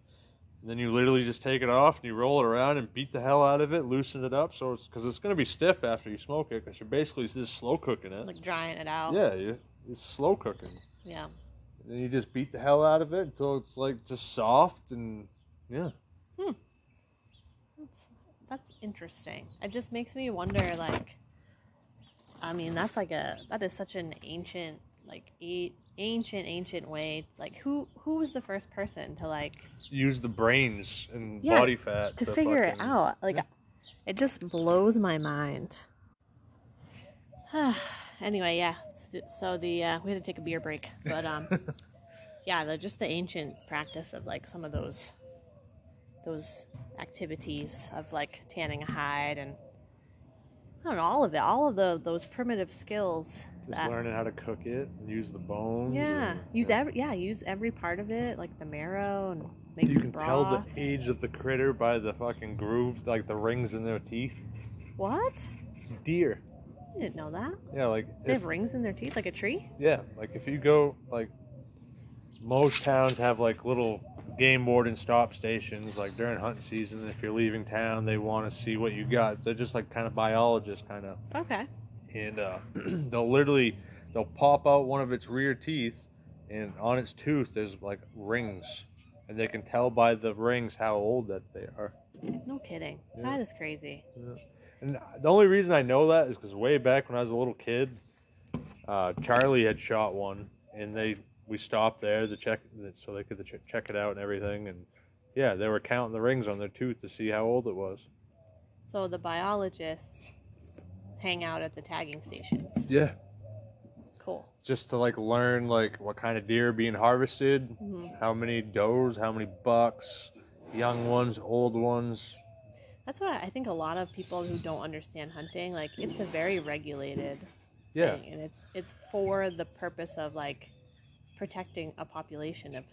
B: And then you literally just take it off and you roll it around and beat the hell out of it, loosen it up, so it's because it's gonna be stiff after you smoke it, because you're basically just slow cooking it.
A: Like drying it out.
B: Yeah, you, it's slow cooking.
A: Yeah.
B: And you just beat the hell out of it until it's like just soft and yeah.
A: That's, that's interesting. It just makes me wonder, like, I mean, that's like a that is such an ancient, like, a, ancient, ancient way. It's like, who who was the first person to like
B: Use the brains and
A: Yeah,
B: body fat
A: to figure it
B: fucking-
A: out? Like,
B: yeah.
A: it just blows my mind. anyway, yeah. So the uh, we had to take a beer break, but um, yeah, the, just the ancient practice of like some of those those activities of like tanning a hide and I don't know all of it, all of the those primitive skills.
B: Just
A: That,
B: learning how to cook it and use the bones.
A: yeah,
B: and-
A: use every yeah use every part of it, like the marrow and make
B: You can tell the
A: broth.
B: age of the critter by the fucking groove, like the rings in their teeth.
A: what?
B: Deer.
A: I didn't know that
B: Yeah, like
A: they
B: if,
A: have rings in their teeth like a tree.
B: yeah, like if you go like most towns have like little game warden stop stations like during hunting season if you're leaving town they want to see what you got they're just like kind of biologists kind of
A: Okay,
B: and uh, they'll literally they'll pop out one of its rear teeth and on its tooth there's like rings and they can tell by the rings how old that they are
A: no kidding.
B: Yeah.
A: That is crazy.
B: and the only reason i know that is because way back when i was a little kid uh, charlie had shot one and they we stopped there to check so they could ch- check it out and everything and yeah they were counting the rings on their tooth to see how old it was
A: So the biologists hang out at the tagging stations.
B: yeah
A: Cool.
B: just to like learn like what kind of deer are being harvested
A: hmm
B: how many does, how many bucks, young ones, old ones.
A: That's what I I think. A lot of people who don't understand hunting, like it's a very regulated
B: Yeah,
A: thing, and it's it's for the purpose of like protecting a population of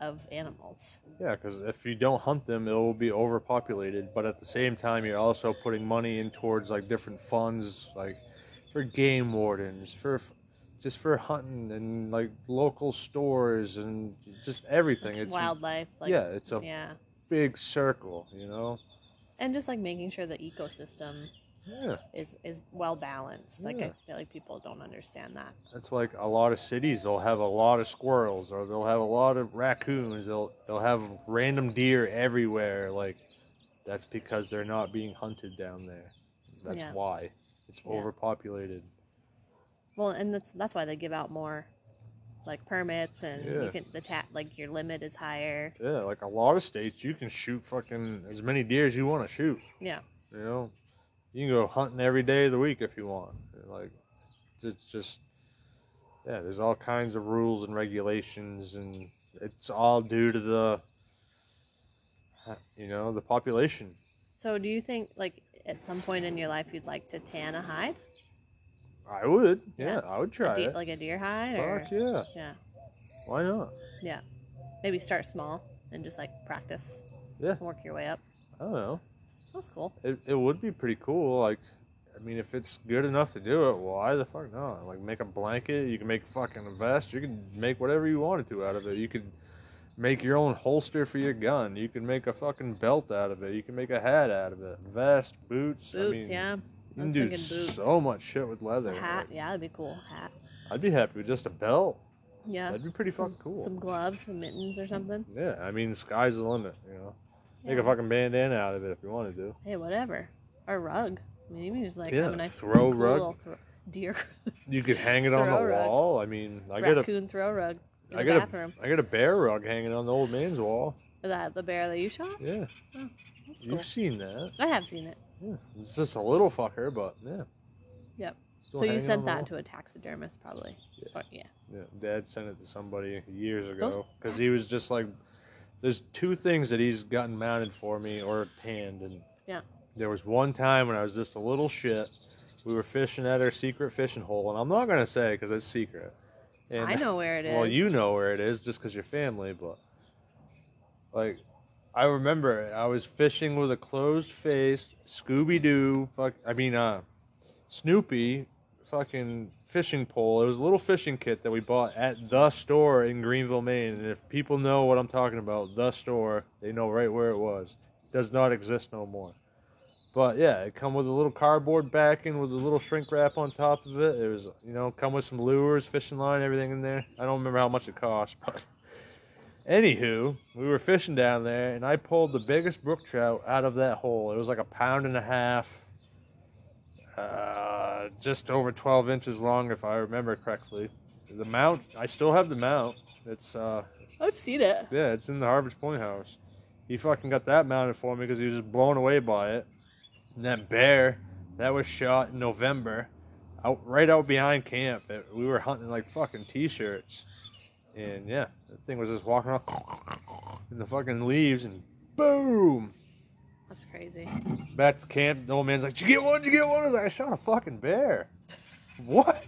A: of animals.
B: yeah, because if you don't hunt them, it will be overpopulated. But at the same time, you're also putting money in towards like different funds, like for game wardens, for just for hunting and like local stores and just everything. It's
A: Wildlife, like
B: yeah, it's a
A: yeah,
B: big circle, you know.
A: and just like making sure the ecosystem
B: Yeah,
A: is is well balanced. Like
B: Yeah.
A: I feel like people don't understand that.
B: that's like a lot of cities. They'll have a lot of squirrels, or they'll have a lot of raccoons. They'll they'll have random deer everywhere. Like that's because they're not being hunted down there. That's
A: Yeah.
B: why it's
A: Yeah.
B: overpopulated.
A: Well, and that's that's why they give out more like permits and
B: Yeah.
A: you can the ta- like your limit is higher.
B: Yeah, like a lot of states, you can shoot fucking as many deer as you want to shoot.
A: Yeah.
B: You know, you can go hunting every day of the week if you want. Like it's just yeah, there's all kinds of rules and regulations, and it's all due to the you know the population.
A: So do you think like at some point in your life you'd like to tan a hide?
B: I would, yeah,
A: Yeah.
B: I would
A: A
B: try
A: de-
B: it.
A: like a deer hide or
B: Fuck yeah,
A: yeah.
B: why not?
A: Maybe start small and just like practice.
B: Yeah.
A: and Work your way up.
B: I don't know.
A: That's cool.
B: It it would be pretty cool. Like, I mean, if it's good enough to do it, why the fuck not? Like, make a blanket. You can make fucking a vest. You can make whatever you wanted to out of it. You could make your own holster for your gun. You can make a fucking belt out of it. You can make a hat out of it. Vest, boots.
A: Boots,
B: I mean,
A: yeah. I
B: You
A: was
B: can do
A: thinking boots.
B: so much shit with leather.
A: A hat,
B: Like,
A: yeah, that'd be cool. Hat.
B: I'd be happy with just a belt.
A: Yeah.
B: That'd be pretty
A: Some-
B: fucking cool.
A: Some gloves, some mittens or something.
B: Yeah, I mean, sky's the limit. You know, make
A: Yeah.
B: a fucking bandana out of it if you want to do.
A: Hey, whatever. Or rug. I mean, you can just like
B: Yeah,
A: have a nice
B: throw
A: cool
B: rug.
A: little thro- deer
B: You could hang it on
A: Throw
B: the
A: rug.
B: wall. I mean, I get a
A: raccoon throw rug. in
B: I
A: the
B: got
A: bathroom.
B: a I got a bear rug hanging on the old man's wall.
A: That the bear that you shot?
B: Yeah,
A: That's cool.
B: you've seen that.
A: I have seen it.
B: Yeah. It's just a little fucker, but yeah.
A: Yep.
B: Still
A: so you
B: hanging
A: sent
B: on the
A: that
B: wall.
A: to a taxidermist, probably.
B: Yeah.
A: Or- yeah.
B: Yeah, Dad sent it to somebody years
A: Those
B: ago because he was just like, "There's two things that he's gotten mounted for me or tanned." And
A: Yeah.
B: there was one time when I was just a little shit. We were fishing at our secret fishing hole, and I'm not gonna say because it's secret. And
A: I know where it is.
B: well, you know where it is just because you're family, but like, I remember it. I was fishing with a closed face, Scooby Doo, fuck, I mean, uh, Snoopy, fucking fishing pole. It was a little fishing kit that we bought at the store in Greenville, Maine. And if people know what I'm talking about, the store, they know right where it was. It does not exist no more. But yeah, it come with a little cardboard backing with a little shrink wrap on top of it. It was, you know, come with some lures, fishing line, everything in there. I don't remember how much it cost, but anywho, we were fishing down there, and I pulled the biggest brook trout out of that hole. It was like a pound and a half, uh, just over 12 inches long, if I remember correctly. The mount, I still have the mount. It's uh,
A: I've seen it.
B: yeah, it's in the Harvard's Point House. He fucking got that mounted for me because he was just blown away by it. And that bear, that was shot in November, out right out behind camp. It- we were hunting like fucking t-shirts, and yeah, that thing was just walking off in the fucking leaves, and boom,
A: That's crazy.
B: back to camp. The old man's like, "Did you get one? Did you get one?" I was like, "I shot a fucking bear." What?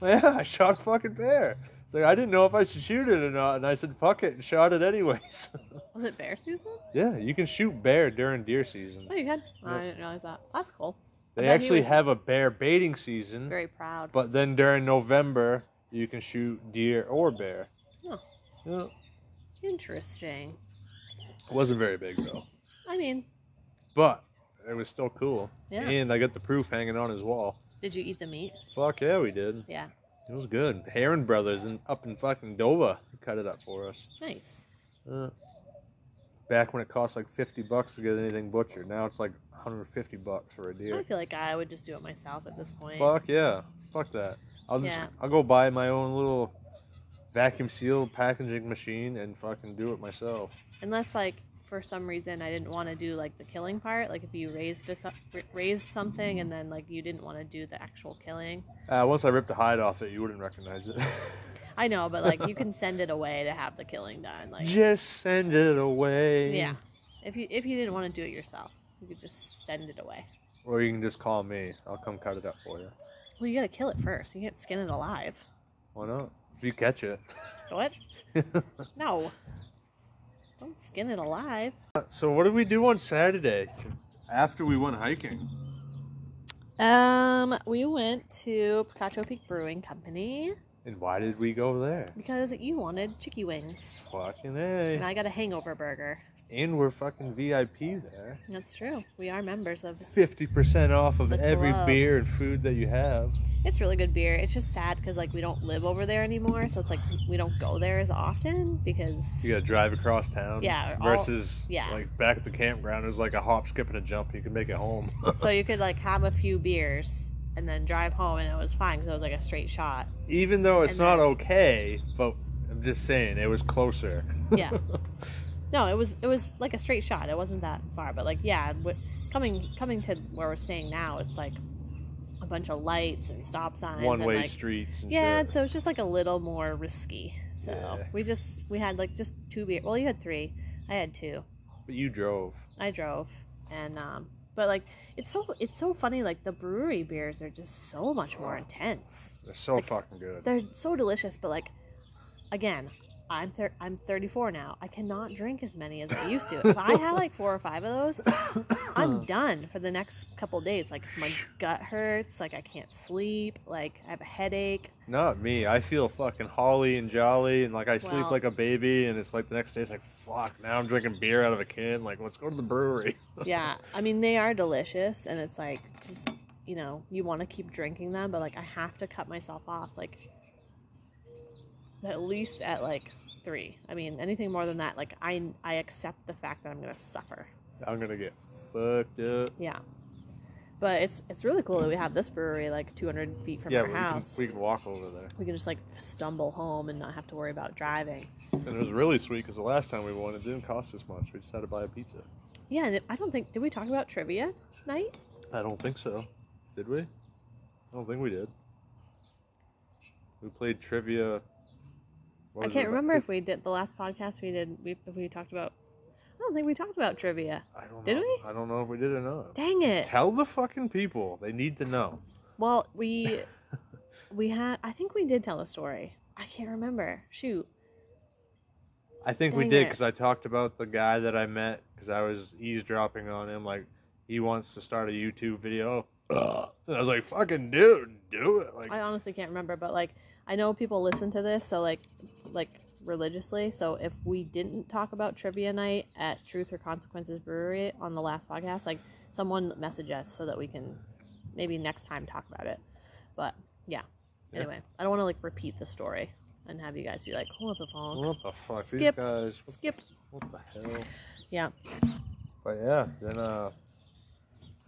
B: Well, yeah, I shot a fucking bear. It's like I didn't know if I should shoot it or not, and I said, "Fuck it," and shot it anyways.
A: Was it bear season?
B: Yeah, you can shoot bear during deer season.
A: Oh, you had. Oh,
B: Yeah.
A: I didn't realize that. That's cool. I
B: They
A: bet he
B: actually
A: was
B: have a bear baiting season,
A: Very proud.
B: but then during November you can shoot deer or bear.
A: Huh.
B: Yeah,
A: Interesting.
B: it wasn't very big though,
A: I mean,
B: but it was still cool.
A: yeah.
B: And I got the proof hanging on his wall.
A: Did you eat the meat?
B: Fuck yeah, we did.
A: Yeah.
B: It was good. Heron Brothers in, up in fucking Dover cut it up for us.
A: Nice.
B: Uh, back when it cost like 50 bucks to get anything butchered. Now it's like 150 bucks for a deer.
A: I feel like I would just do it myself at this point.
B: Fuck yeah. Fuck that. I'll just
A: Yeah.
B: I'll go buy my own little vacuum seal packaging machine and fucking do it myself.
A: Unless like for some reason I didn't want to do like the killing part. Like if you raised a, so- ra- raised something and then like you didn't want to do the actual killing.
B: Uh, once I ripped the hide off it, you wouldn't recognize it.
A: I know, but like you can send it away to have the killing done. Like
B: just send it away.
A: yeah, if you if you didn't want to do it yourself, you could just send it away.
B: Or you can just call me. I'll come cut it up for you.
A: Well, you gotta kill it first. You can't skin it alive.
B: Why not? If you catch it.
A: What? no. Don't skin it alive.
B: So what did we do on Saturday? After we went hiking.
A: Um, we went to Picacho Peak Brewing Company
B: And why did we go there?
A: because you wanted chicky wings.
B: Fucking
A: And
B: A.
A: I got a hangover burger.
B: And we're fucking VIP there.
A: That's true. We are members of.
B: 50% off of
A: The
B: every
A: club.
B: beer and food that you have.
A: It's really good beer. It's just sad because like we don't live over there anymore, so it's like we don't go there as often because
B: You gotta drive across town.
A: Yeah, all-
B: Versus
A: yeah.
B: like back at the campground, it was like a hop, skip, and a jump. You could make it home.
A: so you could like have a few beers and then drive home, and it was fine because it was like a straight shot.
B: Even though it's
A: And
B: not
A: then-
B: okay, but I'm just saying it was closer.
A: Yeah. No, it was it was like a straight shot. It wasn't that far, but like yeah, w- coming coming to where we're staying now, it's like a bunch of lights and stop signs.
B: One
A: and,
B: way
A: like,
B: streets and
A: Yeah,
B: shit.
A: so it's just like a little more risky. So
B: Yeah.
A: we just we had like just two beer. Well, you had three. I had two.
B: But you drove.
A: I drove, and um, but like it's so it's so funny. Like the brewery beers are just so much more intense.
B: They're so
A: Like,
B: fucking good.
A: They're so delicious, but like, again, I'm thir- I'm 34 now. I cannot drink as many as I used to. if I had like four or five of those, I'm done for the next couple days. Like my gut hurts. Like I can't sleep. Like I have a headache.
B: Not me. I feel fucking holly and jolly, and like I sleep
A: Well-
B: like a baby, and it's like the next day, it's like fuck. Now I'm drinking beer out of a can. Like let's go to the brewery.
A: yeah i mean they are delicious and it's like just you know you want to keep drinking them but like i have to cut myself off like at least at like three i mean anything more than that like i i accept the fact that i'm gonna suffer
B: I'm gonna get fucked up.
A: yeah But it's it's really cool that we have this brewery like 200 feet from
B: yeah,
A: our
B: we can,
A: house.
B: we can walk over there.
A: we can just like stumble home and not have to worry about driving.
B: And it was really sweet because the last time we won, it didn't cost us much. We just had to buy a pizza.
A: Yeah, and it, I don't think did we talk about trivia night?
B: I don't think so. Did we? I don't think we did. We played trivia.
A: I
B: what was it
A: can't
B: about-
A: remember if we did the last podcast we did. We if we talked about. I don't think we talked about trivia.
B: I don't know.
A: Did we?
B: I don't know if we did or not.
A: Dang it!
B: Tell the fucking people. They need to know.
A: Well, we we had. I think we did tell a story. I can't remember. Shoot.
B: I think we
A: Dang
B: did
A: it.
B: because I talked about the guy that I met because I was eavesdropping on him. Like, he wants to start a YouTube video. And I was like, fucking dude, do it. Like,
A: I honestly can't remember, but like I know people listen to this, so like like religiously. So if we didn't talk about trivia night at Truth or Consequences Brewery on the last podcast, like someone message us so that we can maybe next time talk about it. But yeah.
B: Yeah.
A: Anyway, I don't want to like repeat the story and have you guys be like, "What the fuck?"
B: what the fuck? These
A: Skip.
B: guys, what,
A: Skip.
B: what the hell?
A: Yeah.
B: But yeah, then, uh,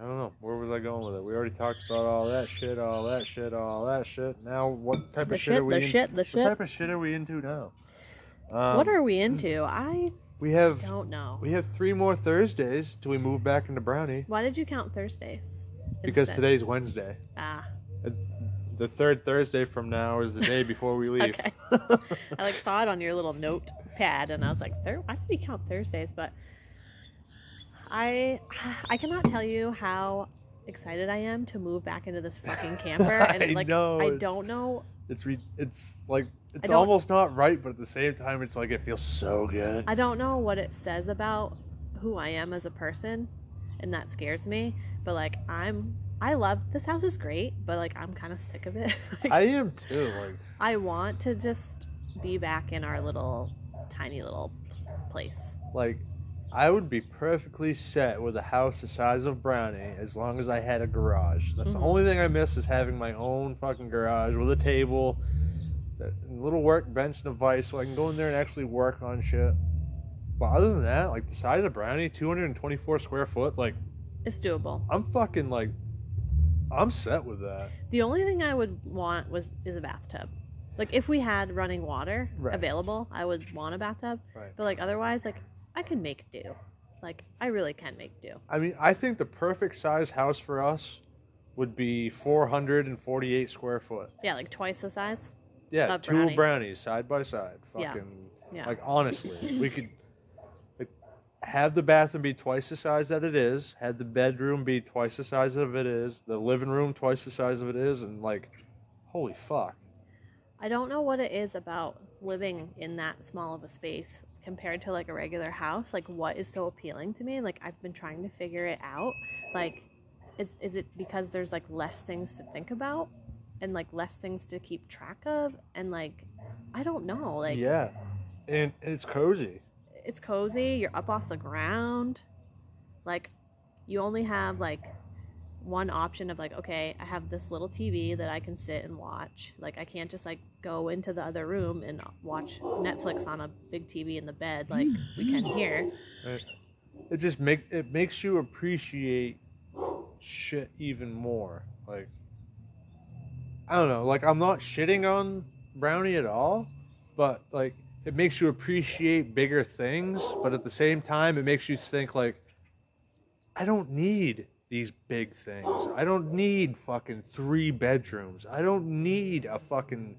B: I don't know. Where was I going with it? We already talked about all that shit, all that shit, all that shit. Now, what type
A: The
B: of shit, are
A: shit,
B: we
A: the
B: in-
A: shit, the
B: What
A: shit.
B: type of shit are we into now? Um,
A: What are we into? I
B: we have?
A: don't know.
B: We have three more Thursdays till we move back into Brownie
A: Why did you count Thursdays?
B: because
A: instead?
B: today's Wednesday. Uh,
A: Ah,
B: The third Thursday from now is the day before we leave.
A: okay. I like saw it on your little notepad, and I was like, Thur- "Why do we count Thursdays?" But I, I cannot tell you how excited I am to move back into this fucking camper, and
B: I
A: like
B: know,
A: I
B: it's-
A: don't know.
B: It's re- it's like it's
A: don't-
B: almost not right, but at the same time, it's like it feels so good.
A: I don't know what it says about who I am as a person, and that scares me. But like I'm, I love this house is great, but like I'm kind of sick of it. Like,
B: I am too. Like
A: I want to just be back in our little tiny little place.
B: like I would be perfectly set with a house the size of Brownie as long as I had a garage. That's
A: Mhm.
B: the only thing I miss is having my own fucking garage with a table, a little workbench and a vice so I can go in there and actually work on shit. But other than that, like the size of Brownie, 224 square foot, like
A: It's doable.
B: I'm fucking like I'm set with that.
A: The only thing I would want was is a bathtub. Like if we had running water
B: Right.
A: available, I would want a bathtub.
B: Right.
A: But like otherwise, like I can make do. Like I really can make do.
B: I mean, I think the perfect size house for us would be 448 square foot.
A: Yeah, like twice the size.
B: Yeah,
A: Of
B: two
A: brownie.
B: brownies side by side.
A: Yeah.
B: Fucking
A: Yeah.
B: like honestly, we could like, have the bathroom be twice the size that it is, have the bedroom be twice the size of it is, the living room twice the size of it is, and like, holy fuck,
A: I don't know what it is about living in that small of a space compared to like a regular house. Like what is so appealing to me? Like I've been trying to figure it out. Like is is it because there's like less things to think about and like less things to keep track of and like I don't know. Like
B: yeah, and, and it's cozy.
A: it's cozy. You're up off the ground. Like, you only have like one option of like, okay, I have this little TV that I can sit and watch. Like, I can't just like go into the other room and watch Netflix on a big TV in the bed like we can here.
B: It just make it makes you appreciate shit even more. Like, I don't know. Like, I'm not shitting on brownie at all, but like, it makes you appreciate bigger things. But at the same time, it makes you think like, I don't need these big things. I don't need fucking three bedrooms. I don't need a fucking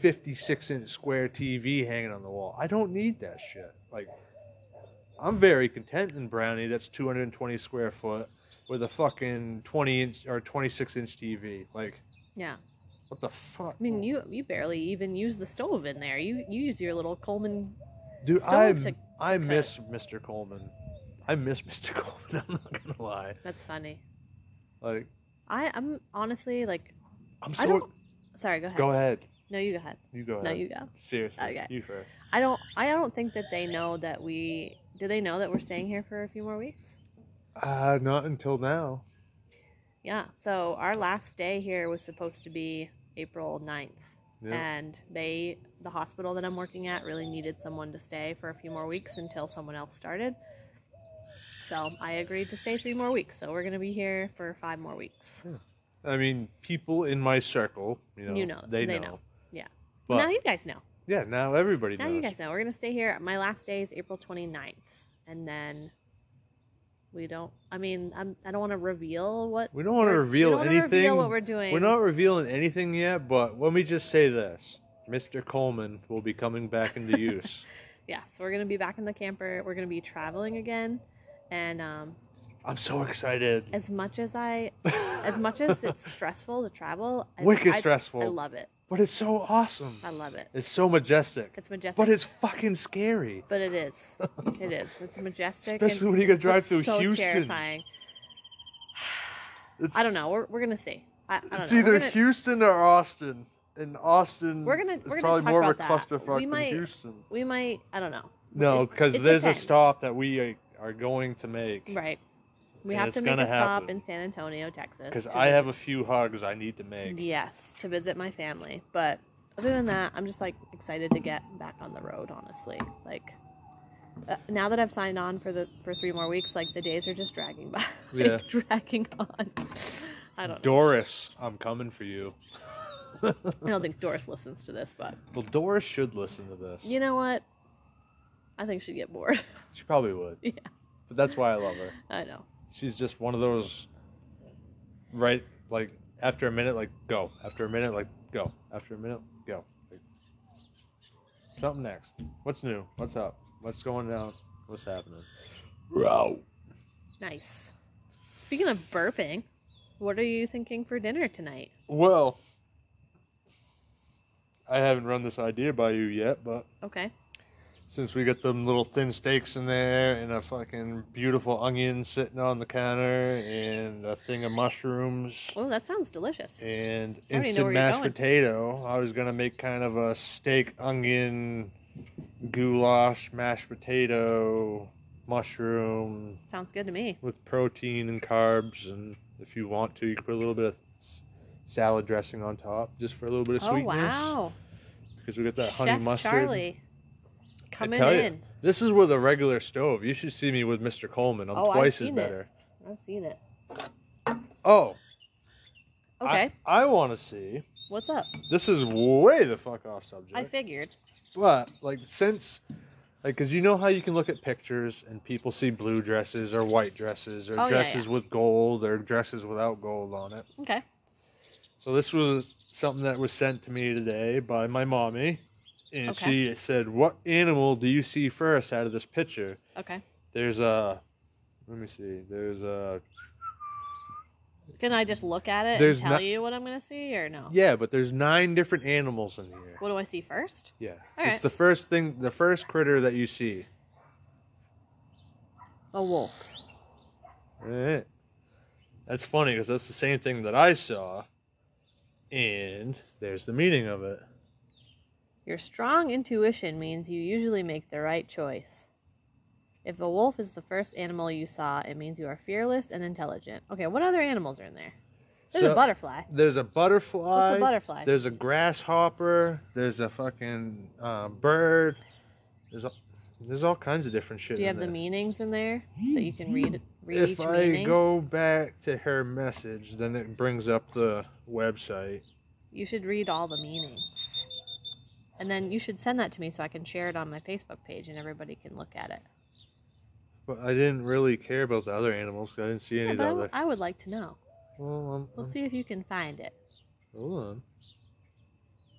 B: 56 inch square TV hanging on the wall. I don't need that shit. Like, I'm very content in Brownie. That's 220 square foot with a fucking 20 inch or 26 inch TV. Like,
A: Yeah.
B: what the fuck?
A: I mean, you you barely even use the stove in there. You you use your little Coleman.
B: dude,
A: still
B: I
A: have to-
B: I
A: cut.
B: miss Mr. Coleman. I miss Mr. Coleman. I'm not gonna lie.
A: That's funny.
B: Like,
A: I I'm honestly like,
B: I'm
A: I
B: so.
A: don't. Sorry, go ahead.
B: Go ahead.
A: No, you go ahead.
B: You go ahead.
A: No, you go.
B: Seriously.
A: Okay.
B: You first.
A: I don't. I don't think that they know that we. Do they know that we're staying here for a few more weeks?
B: Uh, not until now.
A: Yeah. So our last day here was supposed to be April 9th.
B: Yeah.
A: and they the hospital that i'm working at really needed someone to stay for a few more weeks until someone else started So I agreed to stay three more weeks. So we're going to be here for five more weeks.
B: I mean, people in my circle, you know,
A: Uh, You know,
B: they,
A: they
B: know.
A: know. Yeah.
B: But
A: now you guys know.
B: yeah, now everybody
A: Now
B: knows.
A: you guys know. We're going to stay here. My last day is April 29th. And then we don't, I mean, I'm, I don't want to reveal what.
B: we don't want to
A: we're-
B: reveal
A: we don't wanna
B: anything.
A: reveal what we're doing.
B: We're not revealing anything yet, but let me just say this. Mr. Coleman will be coming back into use.
A: Yeah, so we're going to be back in the camper. We're going to be traveling again. And um,
B: I'm so excited.
A: as much as I, as much as it's stressful to travel, I,
B: wicked
A: I,
B: stressful,
A: I love it.
B: but it's so awesome.
A: I love it.
B: It's so majestic,
A: It's majestic.
B: but it's fucking scary,
A: But it is. It is. It's majestic.
B: especially
A: and
B: when you gotta drive
A: it's
B: through
A: so
B: Houston.
A: Terrifying.
B: It's,
A: I don't know. We're, we're gonna see. I, I don't
B: it's
A: know.
B: either
A: we're gonna,
B: Houston or Austin, and Austin
A: We're gonna-
B: is
A: we're gonna
B: probably
A: talk
B: more of a
A: about that.
B: clusterfuck
A: We
B: than
A: might-
B: Houston.
A: we might. I don't know.
B: No,
A: it-
B: because
A: it
B: there's
A: depends.
B: a stop that we are, are going to make.
A: Right. We
B: And
A: have
B: it's
A: to make
B: gonna
A: a stop
B: happen.
A: in San Antonio, Texas.
B: Because
A: to
B: I have a
A: visit-
B: few hugs I need to make.
A: Yes, to visit my family. But other than that, I'm just like excited to get back on the road. Honestly, like. Uh, now that I've signed on for the for three more weeks, like the days are just dragging by, like,
B: Yeah.
A: dragging on. I don't. Know.
B: Doris, I'm coming for you.
A: I don't think Doris listens to this, but
B: Well, Doris should listen to this.
A: You know what? I think she'd get bored.
B: She probably would.
A: Yeah.
B: But that's why I love her.
A: I know.
B: She's just one of those, right? Like after a minute, like go. After a minute, like go. After a minute, go. Like, something next. What's new? What's up? What's going down? What's happening? Bro.
A: Nice. Speaking of burping, what are you thinking for dinner tonight?
B: Well, I haven't run this idea by you yet, but
A: Okay.
B: since we got them little thin steaks in there and a fucking beautiful onion sitting on the counter and a thing of mushrooms
A: Oh, that sounds delicious.
B: and
A: I already know
B: instant
A: where you're
B: mashed
A: going.
B: potato, I was gonna make kind of a steak onion goulash mashed potato mushroom
A: Sounds good to me.
B: with protein and carbs and if you want to you can put a little bit of s- salad dressing on top just for a little bit of
A: Oh
B: sweetness
A: wow,
B: because we got that honey
A: Chef
B: mustard
A: Charlie, coming
B: tell ya,
A: in.
B: This is with a regular stove. You should see me with Mr. Coleman. I'm
A: Oh, I've
B: twice
A: seen
B: as
A: it.
B: better.
A: I've seen it.
B: Oh,
A: Okay,
B: I, I want to see.
A: what's up?
B: This is way the fuck off subject.
A: I figured.
B: but like since, like, cause you know how you can look at pictures and people see blue dresses or white dresses or
A: Oh, yeah,
B: dresses with gold or dresses without gold on it.
A: Okay.
B: So this was something that was sent to me today by my mommy, and
A: Okay.
B: she said, "What animal do you see first out of this picture?"
A: Okay.
B: There's a, let me see. There's a
A: Can I just look at it
B: There's
A: and tell
B: not-
A: you what I'm gonna see, or no?
B: Yeah, but there's nine different animals in here.
A: What do I see first?
B: Yeah.
A: All
B: it's
A: right.
B: the first thing, the first critter that you see.
A: A wolf.
B: Right. Eh. That's funny because that's the same thing that I saw. And there's the meaning of it.
A: Your strong intuition means you usually make the right choice. If a wolf is the first animal you saw, it means you are fearless and intelligent. Okay, what other animals are in there? There's
B: So-
A: a butterfly.
B: There's a butterfly.
A: What's the butterfly?
B: There's a grasshopper. There's a fucking uh, bird. There's a, there's all kinds of different shit.
A: Do you
B: in
A: have the
B: there.
A: meanings in there that you can read? Read
B: If
A: each
B: I
A: meaning.
B: go back to her message, then it brings up the website.
A: You should read all the meanings, and then you should send that to me so I can share it on my Facebook page and everybody can look at it.
B: But I didn't really care about the other animals 'cause I didn't see any
A: Yeah,
B: of
A: but
B: the
A: I,
B: other.
A: w- I would like to know.
B: Well, I'm,
A: Let's see if you can find it.
B: hold on.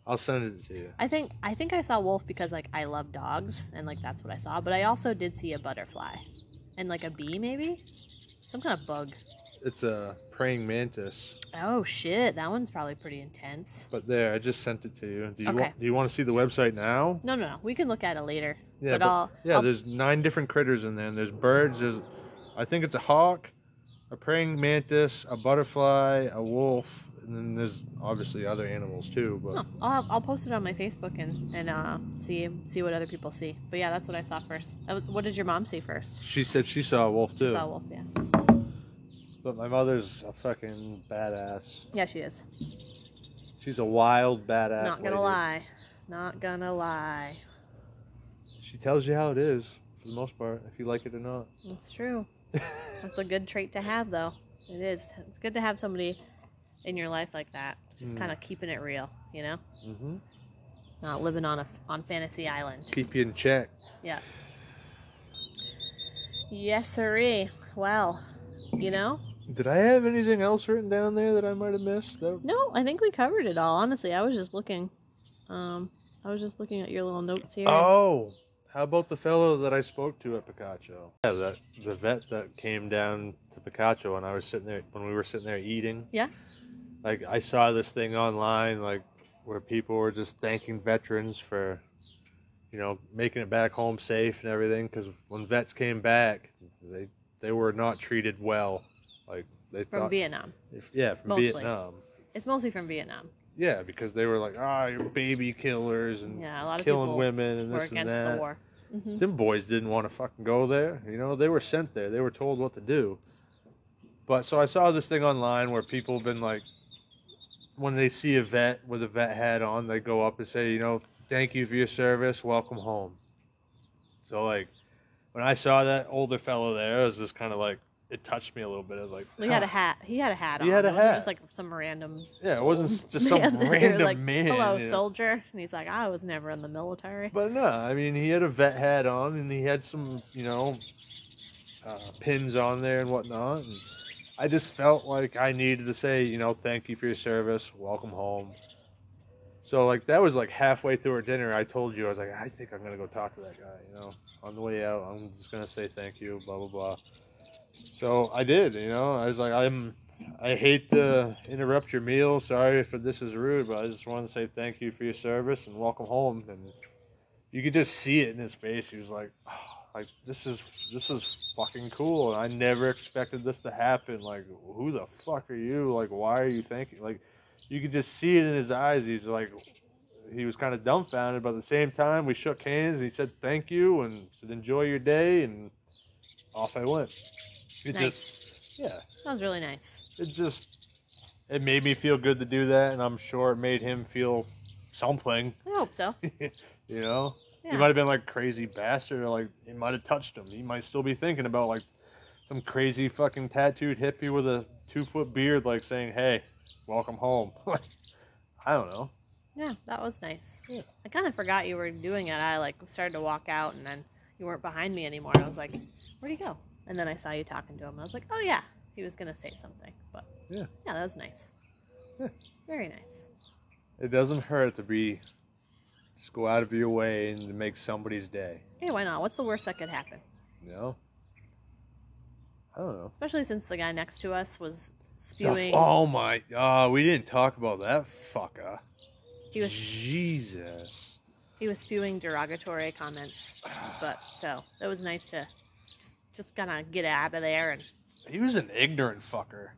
B: I'll send it to you.
A: I think I think I saw wolf because like I love dogs and like that's what I saw. But I also did see a butterfly, and like a bee maybe, some kind of bug.
B: It's a praying mantis.
A: Oh shit, that one's probably pretty intense.
B: But there, I just sent it to you. Do you
A: Okay.
B: want? Do you want to see the website now?
A: No, no, no. We can look at it later.
B: Yeah,
A: but,
B: but-
A: I'll,
B: Yeah.
A: I'll-
B: There's nine different critters in there. And there's birds. There's, I think it's a hawk, a praying mantis, a butterfly, a wolf, and then there's obviously other animals too. But
A: huh, I'll, have- I'll post it on my Facebook and and uh, see see what other people see. But yeah, that's what I saw first. That was- What did your mom see first?
B: she said she saw a wolf
A: She
B: too.
A: saw wolf. Yeah,
B: But my mother's a fucking badass.
A: yeah, she is.
B: She's a wild badass.
A: Not gonna
B: lady.
A: lie. Not gonna lie.
B: She tells you how it is for the most part, if you like it or not.
A: That's true. That's a good trait to have, though. It is. It's good to have somebody in your life like that, just
B: Mm.
A: kind of keeping it real, you know,
B: mm-hmm.
A: not living on a on fantasy island.
B: Keep you in check.
A: Yes, siree. Well, you know,
B: Did I have anything else written down there that I might have missed? That-
A: no, I think we covered it all. Honestly, I was just looking. Um, I was just looking at your little notes here.
B: Oh, how about the fellow that I spoke to at Picacho? Yeah, that the vet that came down to Picacho and I was sitting there when we were sitting there eating.
A: Yeah.
B: Like I saw this thing online, like where people were just thanking veterans for, you know, making it back home safe and everything. Because when vets came back, they they were not treated well. Like they
A: from
B: thought,
A: Vietnam.
B: yeah, from
A: mostly.
B: Vietnam.
A: It's mostly from Vietnam.
B: Yeah, because they were like, ah, you're baby killers and
A: Yeah, a lot of
B: killing
A: people
B: women and
A: were
B: this and
A: against
B: that.
A: the war. hmm
B: Them boys didn't want to fucking go there. You know, they were sent there. They were told what to do. But so I saw this thing online where people have been like, when they see a vet with a vet hat on, they go up and say, you know, thank you for your service. Welcome home. So, like, when I saw that older fellow there, it was just kind of like, it touched me a little bit. I was like,
A: He had a
B: "Huh."
A: hat. He had a hat
B: He
A: on.
B: had a
A: it wasn't
B: hat.
A: just like some random
B: yeah, it wasn't just some
A: man there,
B: random
A: like,
B: man.
A: Hello,
B: you know.
A: soldier. And he's like, I was never in the military.
B: But no, I mean, he had a vet hat on and he had some, you know, uh, pins on there and whatnot. And I just felt like I needed to say, you know, thank you for your service. Welcome home. So, like, that was like halfway through our dinner. I told you, I was like, I think I'm going to go talk to that guy, you know, on the way out. I'm just going to say thank you, blah, blah, blah. So I did, you know, I was like, I'm. I hate to interrupt your meal. Sorry if this is rude, but I just wanted to say thank you for your service and welcome home. And you could just see it in his face. He was like, "Oh, like this is this is fucking cool. I never expected this to happen. Like, who the fuck are you? Like, why are you thanking? Like, you could just see it in his eyes. He's like, he was kind of dumbfounded, but at the same time, we shook hands. And he said thank you and said enjoy your day, and off I went. It
A: Nice.
B: just, yeah,
A: That was really nice.
B: it just, it made me feel good to do that, and I'm sure it made him feel something.
A: I hope so.
B: You know. He
A: Yeah.
B: might have been like crazy bastard, or like it might have touched him. He might still be thinking about like some crazy fucking tattooed hippie with a two foot beard, like saying, "Hey, welcome home." like, I don't know.
A: yeah, that was nice.
B: Yeah.
A: I kind of forgot you were doing it. I like started to walk out and then you weren't behind me anymore. I was like, where'd he go? And then I saw you talking to him. I was like, oh yeah, he was going to say something. But
B: Yeah.
A: yeah, that was nice.
B: Yeah.
A: Very nice.
B: It doesn't hurt to be just go out of your way and to make somebody's day.
A: Hey, why not? What's the worst that could happen?
B: You know. I don't know.
A: Especially since the guy next to us was
B: The f-
A: spewing.
B: oh my! Uh, we didn't talk about that fucker.
A: He was
B: Jesus.
A: he was spewing derogatory comments. But so it was nice to just just kind of get out of there and
B: He was an ignorant fucker.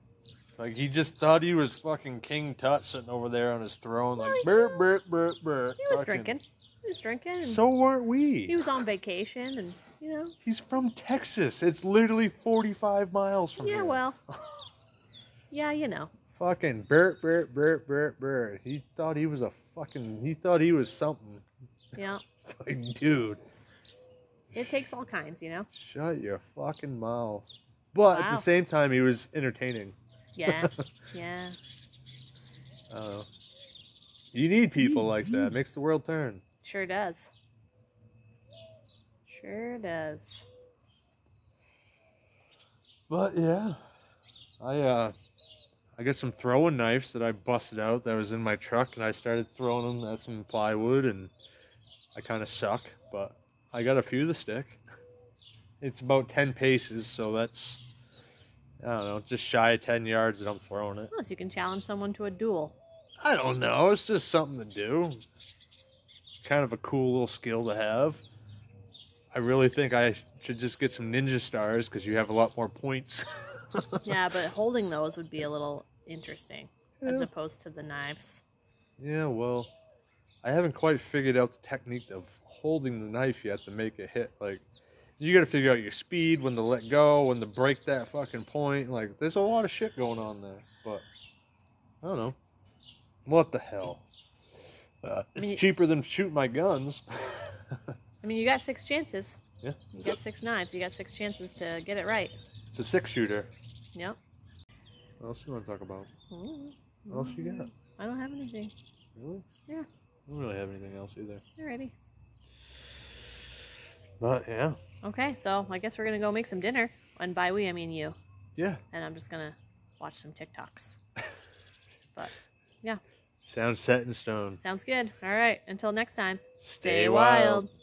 B: Like he just thought he was fucking King Tut sitting over there on his throne, like
A: Well, he-
B: burp burp burp burp.
A: he was
B: fucking-
A: drinking. He was drinking and
B: So weren't we?
A: he was on vacation and you know
B: He's from Texas. It's literally forty-five miles from
A: yeah
B: here.
A: well yeah you know
B: Fucking burp burp burp burp burp. He thought he was a fucking. He thought he was something.
A: yeah
B: Like, dude,
A: it takes all kinds you know
B: shut your fucking mouth. But at
A: Wow.
B: the same time, he was entertaining.
A: yeah yeah
B: I don't know. You need people like that. Makes the world turn.
A: sure does sure does
B: But yeah, I uh, I got some throwing knives that I busted out that was in my truck, and I started throwing them at some plywood, and I kind of suck, but I got a few to stick. It's about ten paces, so that's I don't know, just shy of ten yards that I'm throwing it.
A: unless you can challenge someone to a duel
B: I don't know. It's just something to do. Kind of a cool little skill to have. I really think I should just get some ninja stars because you have a lot more points.
A: yeah but holding those would be a little interesting as
B: Yeah.
A: opposed to the knives
B: Yeah, well, I haven't quite figured out the technique of holding the knife yet to make it hit. Like, you got to figure out your speed, when to let go, when to break that fucking point. Like, there's a lot of shit going on there. But I don't know. What the hell? Uh, it's
A: mean-
B: cheaper than shooting my guns.
A: I mean you got six chances
B: Yeah.
A: you got six knives you got six chances to get it right
B: It's a six shooter.
A: Yep.
B: What else you want to talk about?
A: Mm,
B: What else you got?
A: I don't have anything.
B: Really?
A: Yeah.
B: I don't really have anything else either.
A: Alrighty.
B: But yeah.
A: Okay, so I guess we're gonna go make some dinner. And by we, I mean you.
B: Yeah.
A: And I'm just gonna watch some TikToks.
B: Sounds set in stone.
A: Sounds good. All right. Until next time.
B: Stay wild.